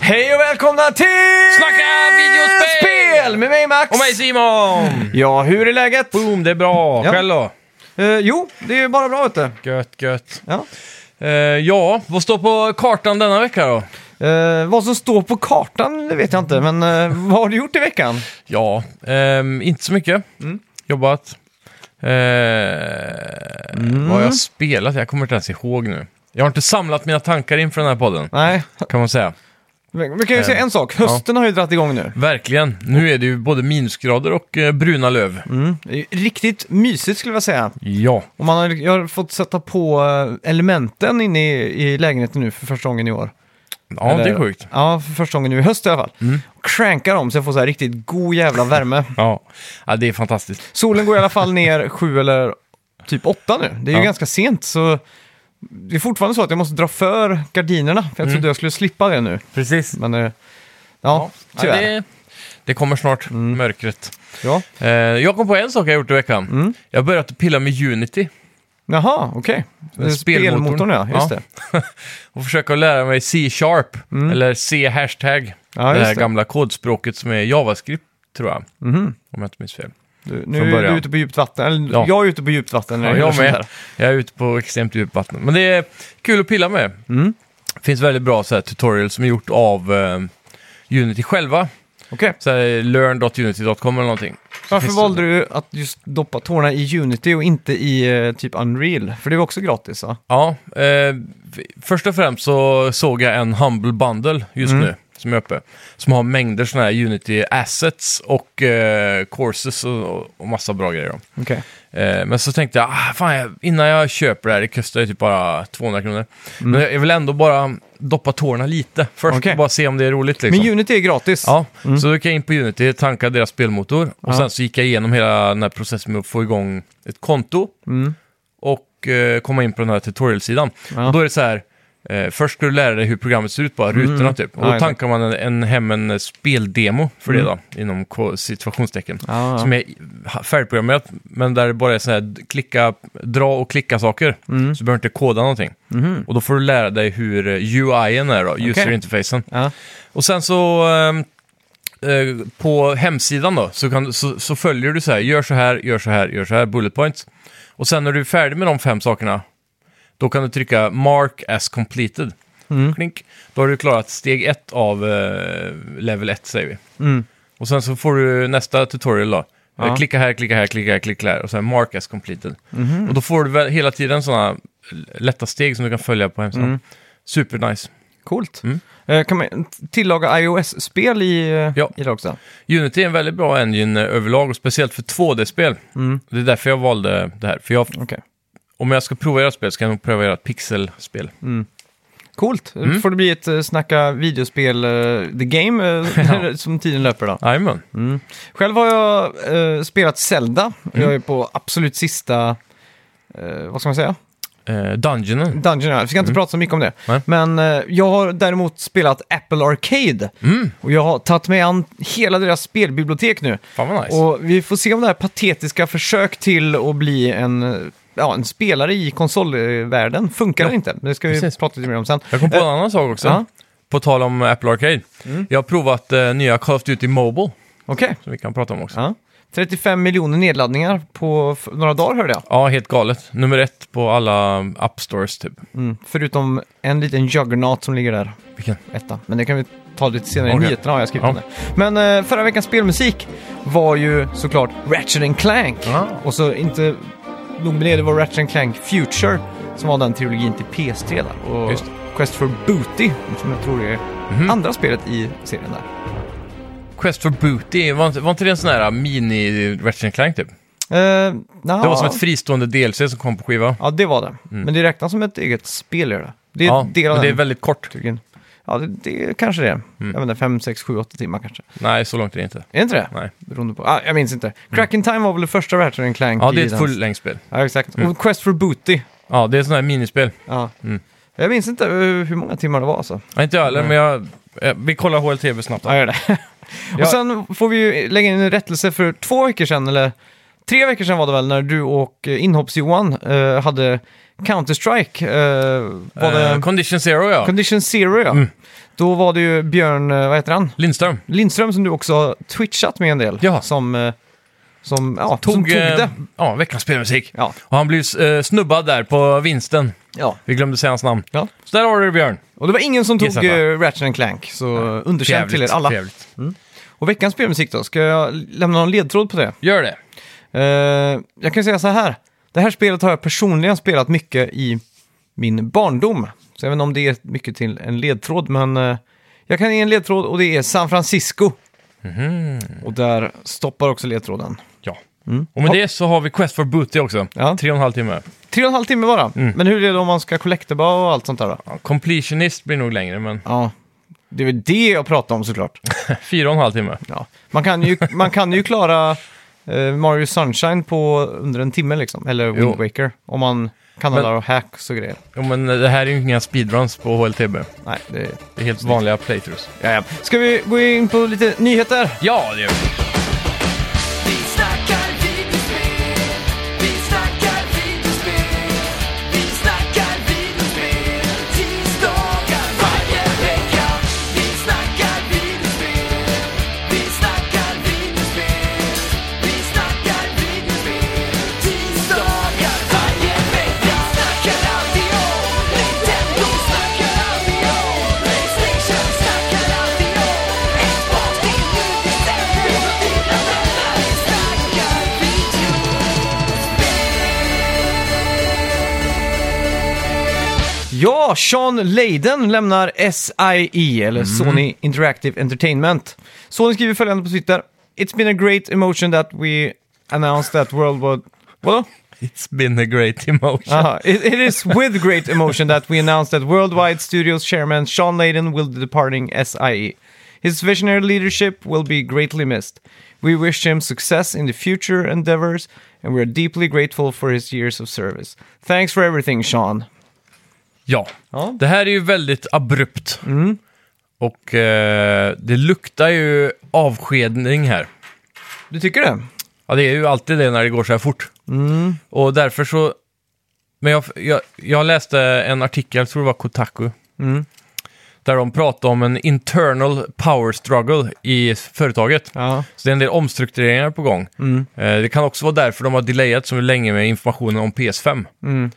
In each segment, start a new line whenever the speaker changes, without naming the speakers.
Hej och välkomna till
Snacka videospel!
Spel med mig Max.
Och mig Simon! Oh.
Ja, hur är läget?
Boom, det är bra.
Ja.
Själv då?
Eh, jo, det är bara bra vet du.
Gött, gött.
Ja.
Eh, ja, vad står på kartan denna vecka då?
Eh, vad som står på kartan det vet jag inte, men eh, vad har du gjort i veckan?
Ja, ehm, inte så mycket.
Mm.
Jobbat. Eh, Vad har jag spelat? Jag kommer inte ens ihåg nu. Jag har inte samlat mina tankar inför den här podden,
Nej,
kan man säga.
men vi
Eh,
kan ju säga en sak. Hösten har ju dragit igång nu.
Verkligen. Nu är det ju både minusgrader och eh, bruna löv.
Mm. Det är ju Riktigt mysigt skulle jag säga.
Ja.
Och man har, jag har fått sätta på eh, elementen inne i, i lägenheten nu för första gången i år.
Ja, det är sjukt.
Ja, för första gången nu i höst i alla fall.
Mm.
Crankar om så jag får så här riktigt god jävla värme.
Ja. ja, det är fantastiskt.
Solen går i alla fall ner sju eller typ åtta nu. Det är ju
Ja.
ganska sent så det är fortfarande så att jag måste dra för gardinerna. För jag trodde jag skulle slippa det nu.
Precis.
Men eh, ja,
Mm. Ja,
tyvärr. Ja,
det, Mm. det kommer snart, mörkret. Eh, jag kom på en sak jag gjort i veckan.
Mm.
Jag har börjat pilla med Unity
Jaha, okej. Det är
Spelmotorn.
Spelmotorn ja, just
Ja.
det.
och försöka lära mig C-sharp, eller C-hashtag.
Mm. Ja,
det
just
här
det.
gamla kodspråket som är JavaScript, tror jag.
Mhm.
Om jag inte minns fel.
Du,
Från
nu är
början.
du ute på djupt vatten. Eller,
Ja.
Jag är ute på djupt vatten. när
Ja,
det
jag
gäller sånt
med. Jag är ute på extremt djupt vatten. Men det är kul att pilla med.
Mm.
Det finns väldigt bra så här, tutorials som är gjort av eh, Unity själva.
här. Okej,
Så här, learn.unity.com eller någonting.
varför
Finns det-
valde du att just doppa tårna i Unity och inte i eh, typ Unreal? För det var också gratis va?
Ja, eh, f- först och främst så såg jag en Humble Bundle just
Mm.
nu som är uppe. Som har mängder sådana här Unity Assets och eh, courses och, och massa bra grejer. då.
Okej.
Eh, men så tänkte jag, ah, fan, jag, innan jag köper det här, det kostar ju typ bara 200 kronor. Men jag vill ändå bara doppa tårna lite först
Mm. Okej.
och bara se om det är roligt liksom.
Men Unity är gratis.
Ja, så då gick jag in på Unity, tankade deras spelmotor och
Ja.
sen så gick jag igenom hela den här processen med att få igång ett konto
Mm.
och eh, komma in på den här tutorial-sidan.
Ja. Mm.
Och Då är det så här, eh, först ska du lära dig hur programmet ser ut, bara rutorna typ. Och
Ja,
då
exakt. Mm.
tankar man en, en, hem en eh, speldemo för det då, inom ko- situationstecken.
Ja, ja.
Som är i- ha- färdigprogrammerat, men där det bara är så här, d- klicka, dra och klicka saker. Så du behöver inte koda någonting.
Mm. Mhm.
Och då får du lära dig hur eh, UI'n är då, user interfacen.
Ja.
Och sen så ehm, eh, på hemsidan då, så, kan, du- så, så följer du så här, gör så här, gör så här, gör så här, bullet points. Och sen när du är färdig med de fem sakerna, då kan du trycka mark as completed.
Mm.
Klink. Då har du klarat steg ett av eh, level 1 säger vi.
Mm.
Och sen så får du nästa tutorial då.
Ja.
Eh, Klicka här, klicka här, klicka här, klicka här och sen mark as completed.
Mhm. Mm.
Och då får du väl hela tiden sådana lätta steg som du kan följa på hemsidan.
Mm.
Supernice.
Coolt.
Mm.
Eh, Kan man tillaga iOS-spel i, eh,
Ja.
i det också?
Unity är en väldigt bra engine eh, överlag och speciellt för 2D-spel.
Mm.
Det är därför jag valde det här. För jag,
Okej.
om jag ska prova era spel ska jag nog pröva era pixelspel.
Coolt. Mm. får det bli ett eh, snacka videospel, eh, the game, eh, som tiden löper då. Mm.
Jajamän.
Själv har jag eh, spelat Zelda.
Mm.
Jag är på absolut sista, eh, vad ska man säga?
Eh, Dungeonen.
Dungeon här. Vi ska inte prata så mycket om det.
Mm. Nej.
Men eh, jag har däremot spelat Apple Arcade.
Mm.
Och jag har tagit mig an hela deras spelbibliotek nu.
Fan vad nice.
Och vi får se om det här patetiska försök till att bli en, eh, ja, en spelare i konsolvärlden funkar eller inte. Det ska vi
precis.
prata lite mer om sen.
Jag kom på en annan sak också.
Eh, ja. Mm.
På tal om Apple Arcade. Jag har provat eh, nya Call of Duty Mobile.
Okej.
Som vi kan prata om också.
Ja. 35 miljoner nedladdningar på f- några dagar hörde jag.
Ja, helt galet. Nummer ett på alla um, app stores typ.
Mm. Förutom en liten juggernaut som ligger där,
Vilken?
etta. Men det kan vi ta lite senare i
Okej.
nyheterna har jag skrivit
Ja.
om det. Men eh, förra veckans spelmusik var ju såklart Ratchet and Clank.
Ja.
Och så inte nog med det, det var Ratchet and Clank Future som var den trilogin till PS3 där. Och
Just Mhm.
Quest for Booty, som jag tror är andra spelet i serien där.
Quest for Booty, var inte, var inte det en sån här mini Ratchet Clank typ?
Eh,
Det var som ett fristående DLC som kom på skiva.
Ja, det var det. Men det räknas som ett eget spel, gör det. Det är
Ja,
en del av
men det är
den.
väldigt kort. Mm.
Tydligen. Ja, det, det kanske det är. Jag vet inte, 5, 6, 7, 8 timmar kanske.
Nej, så långt är det inte.
Är det inte det?
Nej.
Beroende på. Ah, jag minns inte. Crack in Time var väl det första Ratchet and Clank
Mm. Ja, det är
i
ett Mm.
den-
fullängdsspel.
Ja, exakt. Och Quest for Booty.
Ja, det är ett sånt här minispel.
Ja.
Mm.
Jag minns inte eh, hur många timmar det var alltså.
Ja, inte jag heller, men jag, eh, vi kollar HLTV snabbt. då.
Ja, gör det.
Ja.
Och sen får vi ju lägga in en rättelse för två veckor sedan, eller tre veckor sedan var det väl, när du och eh, Inhopps-Johan eh, hade Counter-Strike, eh, var det
Eh, Mm. Condition Zero, ja.
Condition Zero ja. Då var det ju Björn, eh, vad heter han?
Lindström.
Lindström som du också har twitchat med en del.
Ja.
Som, eh, som, ja,
Tog,
tog, som tog
eh,
det.
Ja, veckans spelmusik.
Ja.
Och han blev eh, snubbad där på vinsten.
Ja.
Vi glömde säga hans namn.
ja.
Så där har du det, Björn.
Och det var ingen som
Gissat,
tog
va?
uh, Ratchet and Clank, så eh, underkänt
Trevligt,
till er alla.
trevligt.
Och veckans spelmusik då, ska jag lämna någon ledtråd på det?
Gör det.
Eh, jag kan säga så här. Det här spelet har jag personligen spelat mycket i min barndom. Så jag vet inte om det är mycket till en ledtråd, men eh, jag kan ge en ledtråd och det är San Francisco.
Mhm.
Och där stoppar också ledtråden.
Ja. Och med det så har vi Quest for Booty också.
Mm. Ja.
Tre och en halv timme.
Tre och en halv timme bara. Men hur är det om man ska collecteba och allt sånt där då?
Mm. Ja, completionist blir nog längre, men
Ja, det är väl det jag pratar om såklart.
fyra och en halv timme.
Ja. Man, kan ju, man kan ju klara eh, Mario Sunshine på under en timme liksom, eller Wind
Jo.
Waker. Om man kan alla
Men-
och hacks och grejer.
Jo, men eh, det här är ju inga speedruns på HLTB.
Nej, det
Det är helt vanliga playthroughs.
Jaja. Ska vi gå in på lite nyheter?
Ja, det gör vi.
Vi snackar videospel, vi snackar videospel, vi snackar videospel, tisdagar varje vecka. Vi snackar videospel, vi snackar videospel, vi snackar videospel, tisdagar varje vecka. Snackar alltid om Nintendo, snackar alltid om Playstation, snackar alltid om Xbox, det är nu vi sänder. Vi snackar video.
Ja, Sean Leiden lämnar SIE,
Mhm.
eller Sony Interactive Entertainment. Sony skriver följande på Twitter. It's been a great emotion that we announced that World War... Vadå?
It's been a great emotion.
Aha. It, it is with great emotion that we announce that Worldwide Studios chairman Sean Layden will be departing SIE. His visionary leadership will be greatly missed. We wish him success in the future endeavors, and we are deeply grateful for his years of service. Thanks for everything, Sean.
Ja.
Ja. Mm.
Det här är ju väldigt abrupt. Och eh, det luktar ju avskedning här.
Du tycker det?
Ja, det är ju alltid det när det går så här fort.
Mm.
Och därför så... Men jag, jag, jag läste en artikel, jag tror det var Kotaku,
Mm.
där de pratade om en internal power struggle i företaget.
Ja.
Så det är en del omstruktureringar på gång.
Mm.
Eh, det kan också vara därför de har delayat så länge med informationen om PS5.
Mm.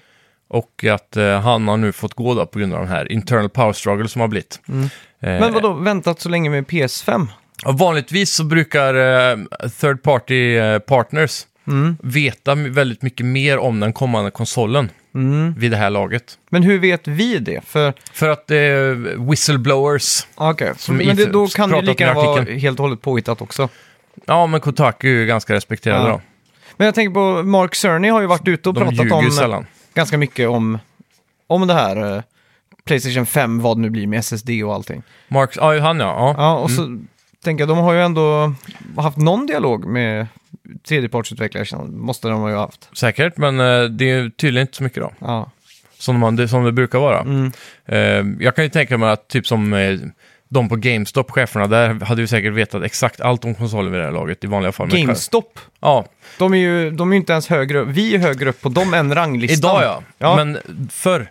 Och att eh, han har nu fått gå då på grund av den här internal power struggle som har blivit. Eh,
Mm. Men vadå, väntat så länge med PS5?
Ja, vanligtvis så brukar eh, third party eh, partners
Mm.
veta m- väldigt mycket mer om den kommande konsolen
Mm.
vid det här laget.
Men hur vet vi det? För,
För att det är whistleblowers.
okej,
Som
men det,
Ethan
då kan det ju
pratat
lika
om i
gärna vara
artikeln.
helt och hållet påhittat också.
Ja, men Kotaku är ju ganska respekterade
Ja.
då.
Men jag tänker på Mark Cerny har ju varit ute och
De
pratat
ljuger
om
ju sällan.
ganska mycket om, om det här eh, Playstation 5, vad det nu blir med SSD och allting.
Mark, ja, han ja. ja.
Ja, och
Mm.
så tänker jag, de har ju ändå haft någon dialog med tredjepartsutvecklare, känner jag. måste de ha ju haft.
Säkert, men eh, det är ju tydligen inte så mycket då.
Ja,
Som, man, det, som det brukar vara.
Mm.
Eh, jag kan ju tänka mig att typ som eh, de på GameStop, cheferna där, hade ju säkert vetat exakt allt om konsolen vid det här laget i vanliga fall. Men-
GameStop,
Ja,
de är ju de är ju inte ens högre upp, vi är högre upp på dem än ranglistan.
Idag ja.
Ja.
men förr.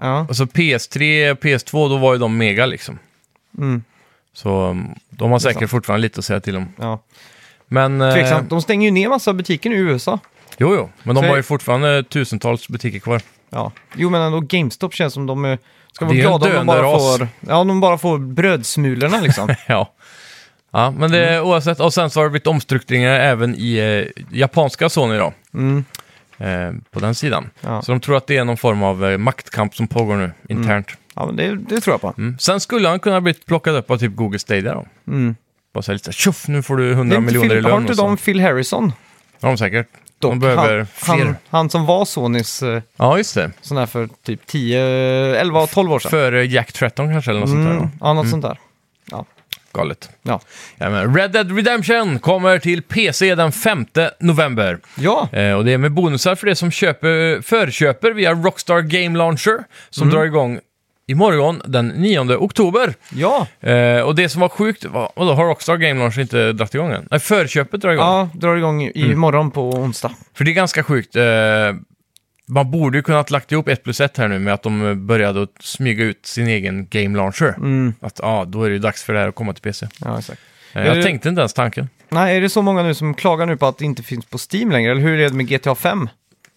ja.
Alltså PS3 och PS2, då var ju de mega liksom. Så um, de har säkert
Mm. sant.
fortfarande lite att säga till om.
ja.
Men, eh,
Tveksamt, de stänger ju ner massa butiker nu i USA.
jo, jo, men de
Så-
har ju fortfarande tusentals butiker kvar.
Ja. Jo, men ändå GameStop känns som de eh, ska vara
Det är ju en
glada om de bara
döende ras.
får, ja, om de bara får brödsmulorna liksom.
ja. ja, men det
Mm.
oavsett. Och sen så har det blivit omstruktureringar även i eh, japanska Sony då. Eh, på den sidan.
Mm. Ja.
Så de tror att det är någon form av eh, maktkamp som pågår nu internt.
ja, men det, det tror jag på.
Mm. Sen skulle han kunna bli plockad upp av typ Google Stadia då. Bara säga lite så här, tjoff, nu får du 100
Mm. Det är inte
miljoner i
Phil,
lön.
har inte
och så.
de Phil Harrison?
Ja, de säkert.
Dock,
de behöver
han,
fler.
Han, han som var Sonys eh,
Ja, just det.
sån här för typ 10, 11, 12 år sedan.
Före Jack Tretton kanske eller något sånt där.
Mm,
va?
ja, något sånt där. Ja.
Galet.
Ja.
Ja, men Red Dead Redemption kommer till PC den 5 november.
ja,
Eh, och det är med bonusar för det som köper, förköper via Rockstar Game Launcher som
Mm.
drar igång imorgon den 9 oktober.
ja,
Eh, och det som var sjukt, var, vadå, har Rockstar Game Launcher inte dragit igång än? Nej, förköpet drar igång. Mm.
ja, drar igång i- imorgon på onsdag.
För det är ganska sjukt. Eh, Man borde ju kunnat lagt ihop ett plus ett här nu med att de eh, började att smyga ut sin egen game launcher. Att ja, då är det ju dags för det här att komma till PC.
Ja, exakt.
Eh,
Mm. Är
Jag
det-
tänkte inte ens tanken.
Nej, är det så många nu som klagar nu på att det inte finns på Steam längre? Eller hur är det med GTA 5?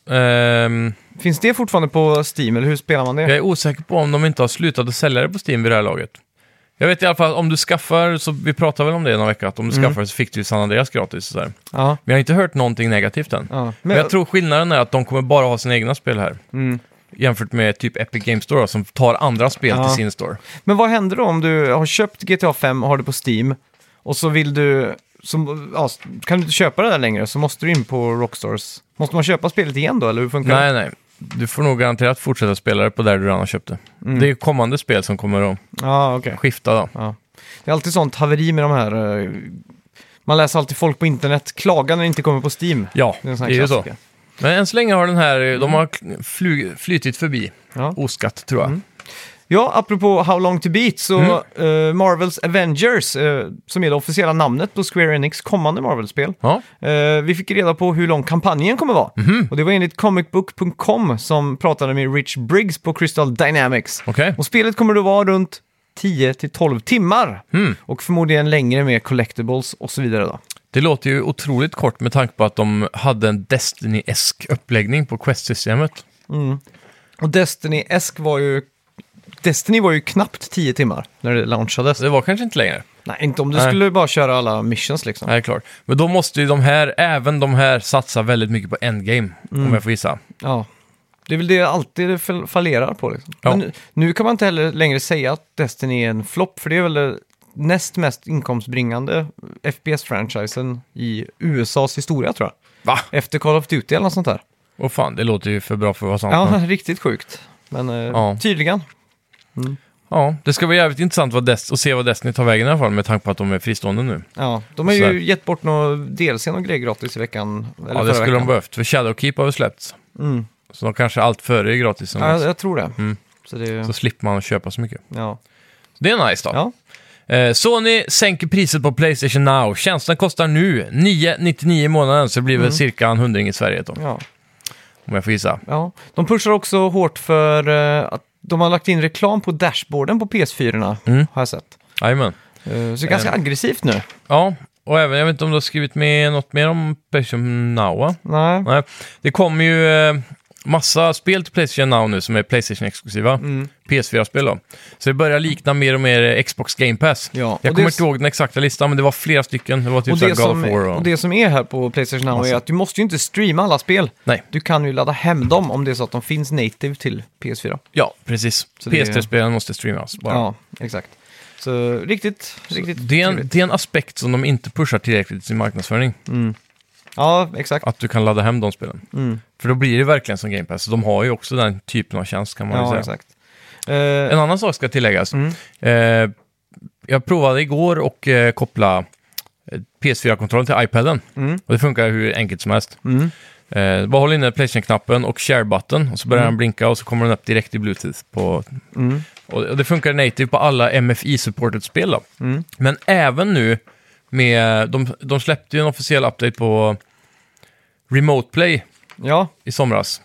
Ehm,
Finns det fortfarande på Steam, eller hur spelar man det?
Jag är osäker på om de inte har slutat att sälja det på Steam vid det här laget. Jag vet i alla fall om du skaffar, så vi pratade väl om det någon vecka, att om
Mm.
du skaffar så fick du ju San Andreas gratis. och Så här.
Ja.
Men jag har inte hört någonting negativt än.
ja. Men,
Men jag tror skillnaden är att de kommer bara ha sina egna spel här.
Mm.
Jämfört med typ Epic Games Store då, som tar andra spel
Ja.
till sin store.
men vad händer då om du har köpt GTA 5 och har det på Steam och så vill du... Som, ja, kan du inte köpa det där längre så måste du in på Rockstars. Måste man köpa spelet igen då, eller hur funkar det?
Nej, nej. Du får nog garanterat fortsätta spela det på där du redan har köpt det.
Mm.
Det är kommande spel som kommer att
Ja, okej.
skifta då.
Ja. Det är alltid sånt haveri med de här... eh, Man läser alltid folk på internet klaga när det inte kommer på Steam.
Ja,
Det
det
är en sån
är,
här
ju så.
klassiker. Mm.
Men än så länge har den här, de har kl- flyg, flytit förbi
Ja. Mm.
oskatt tror jag.
Ja, apropå How Long To Beat så
Mm.
eh, Marvels Avengers, eh, som är det officiella namnet på Square Enix kommande Marvel-spel.
Ja.
Eh, vi fick reda på hur lång kampanjen kommer vara. Och det var enligt comicbook.com som pratade med Rich Briggs på Crystal Dynamics.
Okej.
Och spelet kommer då vara runt 10-12 timmar. Och förmodligen längre med collectibles och så vidare då.
Det låter ju otroligt kort med tanke på att de hade en Destiny-esk uppläggning på Quest-systemet.
Och Destiny Esk var ju... Destiny var ju knappt 10 timmar när det launchades.
Så det var kanske inte längre.
Nej, inte om du
Nej.
skulle bara köra alla missions liksom.
Nej, klart. Men då måste ju de här, även de här, satsa väldigt mycket på endgame, om
Mm.
jag får gissa.
Ja, det är väl det alltid det fall- fallerar på. Liksom.
Ja.
Men nu, nu kan man inte heller längre säga att Destiny är en flopp, för det är väl det näst mest inkomstbringande FPS-franchisen i USAs historia tror jag.
Va?
Efter Call of Duty eller något sånt där.
Åh fan, det låter ju för bra för att vara sant.
Ja,
men-
riktigt sjukt. Men eh,
Ja.
tydligen.
ja det ska bli jävligt intressant vad Dest- att se vad Destiny tar vägen i alla fall, med tanke på att de är fristående nu.
Ja, de har ju
Sådär.
gett bort någon DLC och grejer gratis i veckan. Eller
ja,
förra
det skulle
veckan.
de behövt, för Shadowkeep har väl släppts.
Mm.
Så de kanske allt före är gratis,
Ja, jag,
ja,
jag tror det. Så det
Mm. så slipper man köpa så mycket.
ja.
Det är nice då.
Ja.
Eh, Sony sänker priset på Playstation Now. Tjänsten kostar nu 9,99 i månaden, så det
Mm.
blir väl cirka en hundring i Sverige då,
Ja.
om jag får gissa.
Ja, de pushar också hårt för eh, att de har lagt in reklam på dashboarden på PS4,
Mm.
har jag sett.
Jajamän.
Eh, Så det är ganska aggressivt nu.
Ja, och även, jag vet inte om du har skrivit med något mer om Playstation Now, va?
Nej.
Nej. Det kommer ju eh, massa spel till Playstation Now nu som är Playstation-exklusiva.
Mm.
PS4-spel då. Så det börjar likna mer och mer Xbox Game Pass.
Ja, och
jag
det-
kommer inte ihåg den exakta listan, men det var flera stycken. Det var typ
Och
så här
det,
God
som,
of War och...
och det som är här på Playstation Now är
Massa.
att du måste ju inte streama alla spel.
Nej.
Du kan ju ladda hem dem om det är så att de finns native till PS4.
Ja, precis.
det-
PS3-spelen måste streamas bara.
Ja, exakt. Så riktigt, riktigt
Det är, en,
trevligt. Mm.
det är en aspekt som de inte pushar tillräckligt i sin marknadsföring.
Ja, exakt.
Att du kan ladda hem de spelen.
Mm.
För då blir det verkligen som Game Pass. De har ju också den typen av tjänst kan man ju
Ja,
säga.
exakt. Eh,
En annan sak ska tilläggas. Eh, jag provade igår och eh, koppla eh, PS4-kontrollen till iPaden. Och det funkar hur enkelt som helst. Eh, bara håll inne Playstation-knappen och share-button och så börjar den blinka och så kommer den upp direkt i Bluetooth. På, och, och det funkar native på alla MFI-supported spel då. Men även nu med, de, de släppte ju en officiell update på Remote Play
ja.
i somras.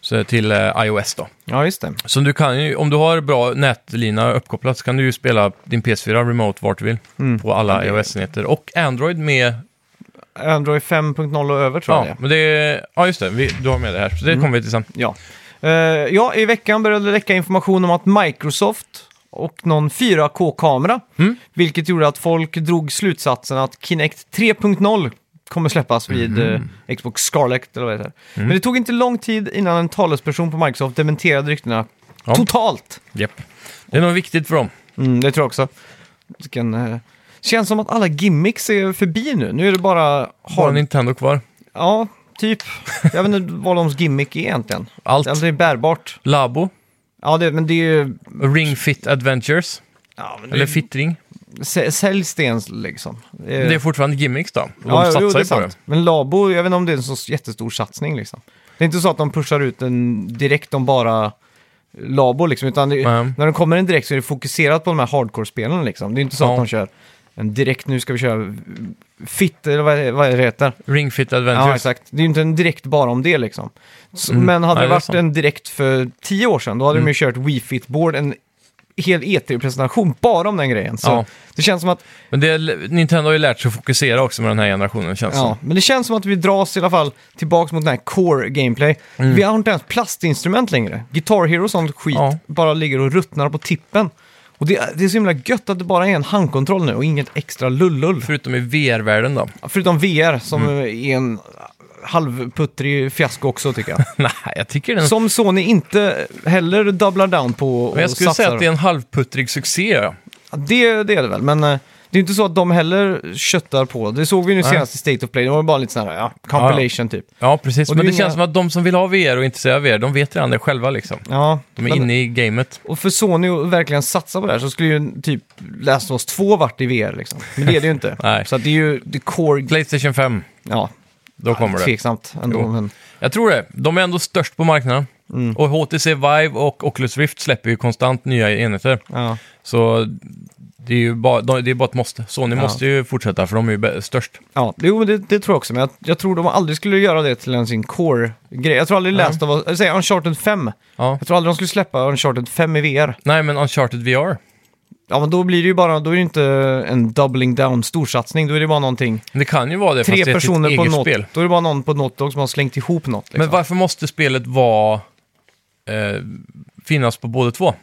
Så till eh, iOS då.
ja, just det.
Så du kan ju, om du har bra nätlina uppkopplat så kan du ju spela din PS4 remote vart du vill
Mm.
på alla iOS-enheter och Android med.
Android 5.0 och över tror jag det är.
Ja,
Mm.
men det, är- ja just det, vi, du har med det här, så det kommer vi till sen.
Ja. Eh, ja, i veckan började det läcka information om att Microsoft och någon 4K-kamera,
Mm.
vilket gjorde att folk drog slutsatsen att Kinect 3.0 kommer släppas vid eh,
Mhm.
Xbox Scarlett eller vad det heter.
Mm.
Men det tog inte lång tid innan en talesperson på Microsoft dementerade ryktena
Ja.
totalt.
Japp. Det är nog viktigt för dem.
Mm, det tror jag också. Vilken, eh, känns som att alla gimmicks är förbi nu. Nu är det bara...
Har
Har...
Nintendo kvar?
Ja, typ. Jag vet inte vad de gimmick är egentligen.
Allt.
Alltså, det är bärbart.
Labo?
Ja, det, men det är ju...
Ring Fit Adventures?
Ja, men det-
Eller Fit Ring?
Sä- Säljs det ens liksom? Eh,
Det är fortfarande gimmicks då. De
ja, jo,
satsar
jo, det är
ju på
sant. Men Labo, jag vet inte om det är en så jättestor satsning liksom. Det är inte så att de pushar ut den direkt om bara Labo liksom, utan det,
Nej.
när den kommer in direkt så är det fokuserat på de här hardcore-spelen liksom. Det är inte så
Ja.
att de kör en direkt, nu ska vi köra fit, eller vad, vad det heter.
Ring Fit Adventures.
Ja, exakt. Det är ju inte en direkt bara om det liksom. Så, Men hade
Mm. Nej,
det
det är
varit
sant. Mm.
en direkt för tio år sedan, då hade de ju kört Wii Fit Board, en hel E3-presentation bara om den grejen. Så
Ja.
det känns som att,
Men det, Nintendo har ju lärt sig att fokusera också med den här generationen känns det
ja,
som.
men det känns som att vi dras i alla fall tillbaka mot den här core gameplay.
Mm.
Vi har inte ens plastinstrument längre. Guitar Hero och sånt skit
Ja.
bara ligger och ruttnar på tippen. Och det, det är så himla gött att det bara är en handkontroll nu och inget extra lullull.
Förutom i VR-världen då.
Förutom VR som
Mm.
är en halvputtrig fiasko också tycker jag.
Nej, jag tycker den...
Som Sony inte heller dubblar down på och
Men jag skulle
satsar.
säga att det är en halvputtrig succé. Ja.
Ja, det, det är det väl, men eh, det är ju inte så att de heller köttar på. Det såg vi nu
Nej.
senast i State of Play, det var bara lite sån här ja, compilation typ.
Ja, precis.
Och det
men
är ju
det
inga-
känns som att de som vill ha VR och inte säga VR, de vet redan det själva liksom.
Ja,
De är
men-
inne i gamet.
Och för Sony att verkligen satsa på det här så skulle ju typ Last of Us 2 varit i VR liksom. Men det är det ju inte.
Nej.
Så att det är ju det core...
Playstation 5,
Ja,
då kommer det.
tveksamt ändå.
Jo.
Men,
Jag tror det. De är ändå störst på marknaden.
Mm.
Och HTC Vive och Oculus Rift släpper ju konstant nya enheter.
ja.
Så det är ju bara, de- det är bara ett måste. Sony måste ju fortsätta, för de är ju bä- störst.
Ja, jo, men det, det tror jag också. Men jag, jag tror de aldrig skulle göra det till en sin core-grej. Jag tror aldrig Last of Us... eller Säg Uncharted 5.
Ja.
Jag tror aldrig de skulle släppa Uncharted 5 i VR.
Nej, men Uncharted VR.
Ja, men då blir det ju bara, då är det inte en doubling down storsatsning, då är det bara någonting.
Det kan ju vara det,
Tre
fast det är ett
personer
eget
på något,
spel.
då är det bara någon på något dog som har slängt ihop något. Liksom.
Men varför måste spelet vara... Eh, finnas på båda två?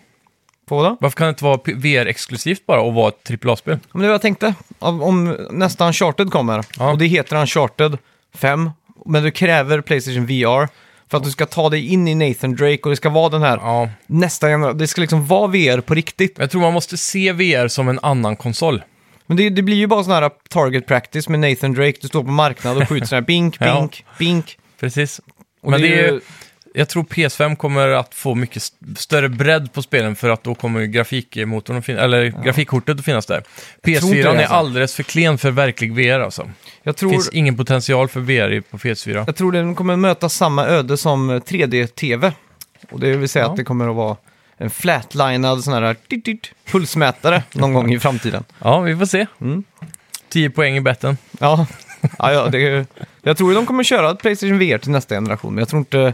på det?
Varför kan det inte vara p- VR-exklusivt bara och vara ett AAA-spel?
Ja, Men det var jag tänkte, om, om nästa Uncharted kommer,
Ja.
och det heter Uncharted 5, men du kräver Playstation VR för att du ska ta dig in i Nathan Drake och det ska vara den här
Ja.
nästa generation, det ska liksom vara VR på riktigt.
Jag tror man måste se VR som en annan konsol.
Men det, det blir ju bara sån här target practice med Nathan Drake, du står på marknaden och skjuter sån här bink,
Ja.
bink, bink.
Precis.
Och
Men
det är
det är,
ju-
ju- jag tror PS5 kommer att få mycket st- större bredd på spelen för att då kommer ju grafikmotorn att fin- eller grafikkortet att finnas där.
tror inte
PS4
det,
är
alltså.
alldeles för klen för verklig VR alltså.
Jag
Det
tror...
finns ingen potential för VR i- på PS4.
Jag tror den kommer möta samma öde som eh, 3D-TV. Och det vill säga
Ja.
att det kommer att vara en flatlinad sån här dit, dit, pulsmätare någon gång i framtiden.
Ja, vi får se. 10 poäng i betten.
Ja, ja, ja det, är- jag tror de kommer köra Playstation VR till nästa generation, men jag tror inte,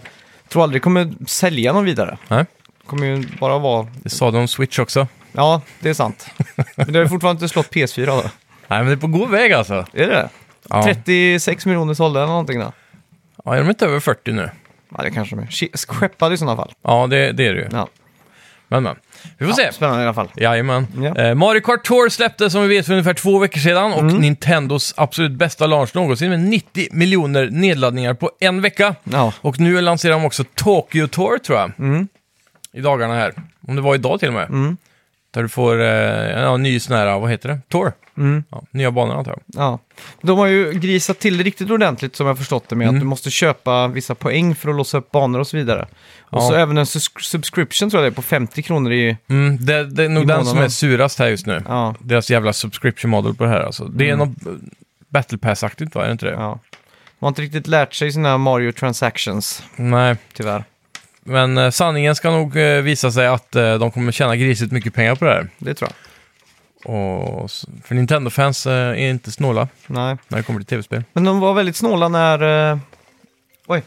tror aldrig det kommer sälja någon vidare.
Nej.
Det kommer ju bara vara,
Det sa de om Switch också.
ja, det är sant. Men det har ju fortfarande inte slått PS4 då.
Nej, men det är på god väg alltså.
Är det
Ja.
36 miljoner sålda eller någonting då?
Ja, är de inte över 40 nu?
Ja, det kanske de är. Ske- Skeppade i sådana fall.
Ja, det, det är det ju.
Ja.
Men, men. Vi får se.
Spännande i alla fall.
Jajamän.
Ja. Mm.
Eh, Mario Kart Tour släpptes som vi vet för ungefär två veckor sedan och Nintendos absolut bästa launch någonsin med 90 miljoner nedladdningar på en vecka.
Ja.
Och nu lanserar de också Tokyo Tour tror jag.
Mm.
I dagarna här. Om det var idag till och med. Där du får eh, ja, en ny sån här, vad heter det? Tour.
Mm.
Ja, nya banor antar jag.
Ja. De har ju grisat till det riktigt ordentligt som jag förstått det med
Mm.
att du måste köpa vissa poäng för att låsa upp banor och så vidare. Och
Ja.
så även en sus- subscription tror jag det är på 50 kronor i...
Mm, det, det är nog
I
den
månaden.
som är surast här just nu.
Ja. Mm.
Deras jävla subscription model på det här alltså. Det är något eh, Battle Pass-aktigt va, är det inte det?
ja. Man har inte riktigt lärt sig sina Mario Transactions,
Nej.
tyvärr.
Men eh, sanningen ska nog eh, visa sig att eh, de kommer tjäna grisigt mycket pengar på det här.
Det tror jag.
Och, s- för Nintendo-fans eh, är inte snåla
Nej.
när det kommer till tv-spel.
Men de var väldigt snåla när... eh, Oj.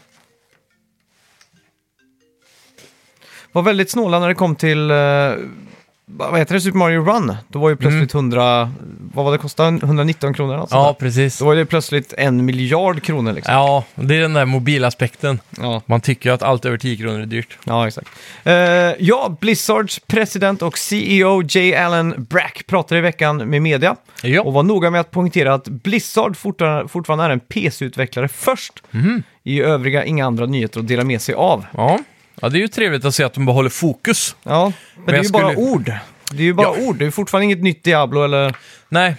Var väldigt snåla när det kom till... eh, Vad heter det? Super Mario Run. Då var ju plötsligt 100... Vad var det kostade? 119 kronor alltså.
Ja, precis.
Då var det plötsligt en miljard kronor liksom.
Ja, det är den där mobilaspekten.
Ja,
Man tycker ju att allt över 10 kronor är dyrt.
ja exakt. Eh, ja, Blizzards president och CEO Jay Allen Brack pratade i veckan med media och
Ja,
var noga med att poängtera att Blizzard fortfarande, fortfarande är en PC-utvecklare först.
Mhm.
I övriga inga andra nyheter att dela med sig av.
ja. ja det är ju trevligt att se att de behåller fokus.
Ja, men, det är ju
jag
bara
skulle-
ord. Det är ju bara ord, det är ju fortfarande inget nytt Diablo eller...
Nej,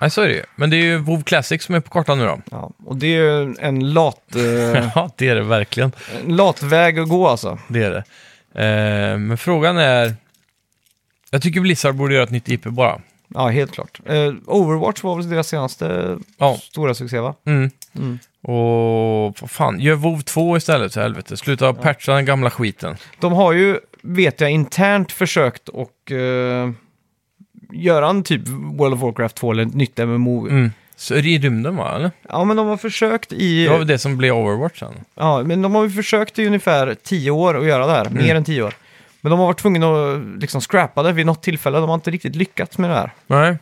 Nej så är det ju. Men det är ju WoW Classic som är på kartan nu då.
Ja, och det är ju en lat, eh,
Ja, det är det verkligen.
en lat väg att gå alltså.
Det är det. Eh, men frågan är... Jag tycker Blizzard borde göra ett nytt IP bara.
Ja, helt klart. Eh, Overwatch var väl deras senaste
Ja.
stora succé va?
Mm. Och vad fan, gör WoW 2 istället för helvete. Sluta patcha den gamla skiten.
De har ju, vet jag, internt försökt och eh, göra en typ World of Warcraft 2 eller ett nytt MMO.
Mm. Så är det i rymden va, eller?
Ja, men de har försökt i...
Det var väl det som blev Overwatch sen.
Ja, men de har ju försökt i ungefär tio år att göra det här,
Mm.
mer än tio år. Men de har varit tvungna att liksom scrappa det vid något tillfälle, de har inte riktigt lyckats med det här.
Nej.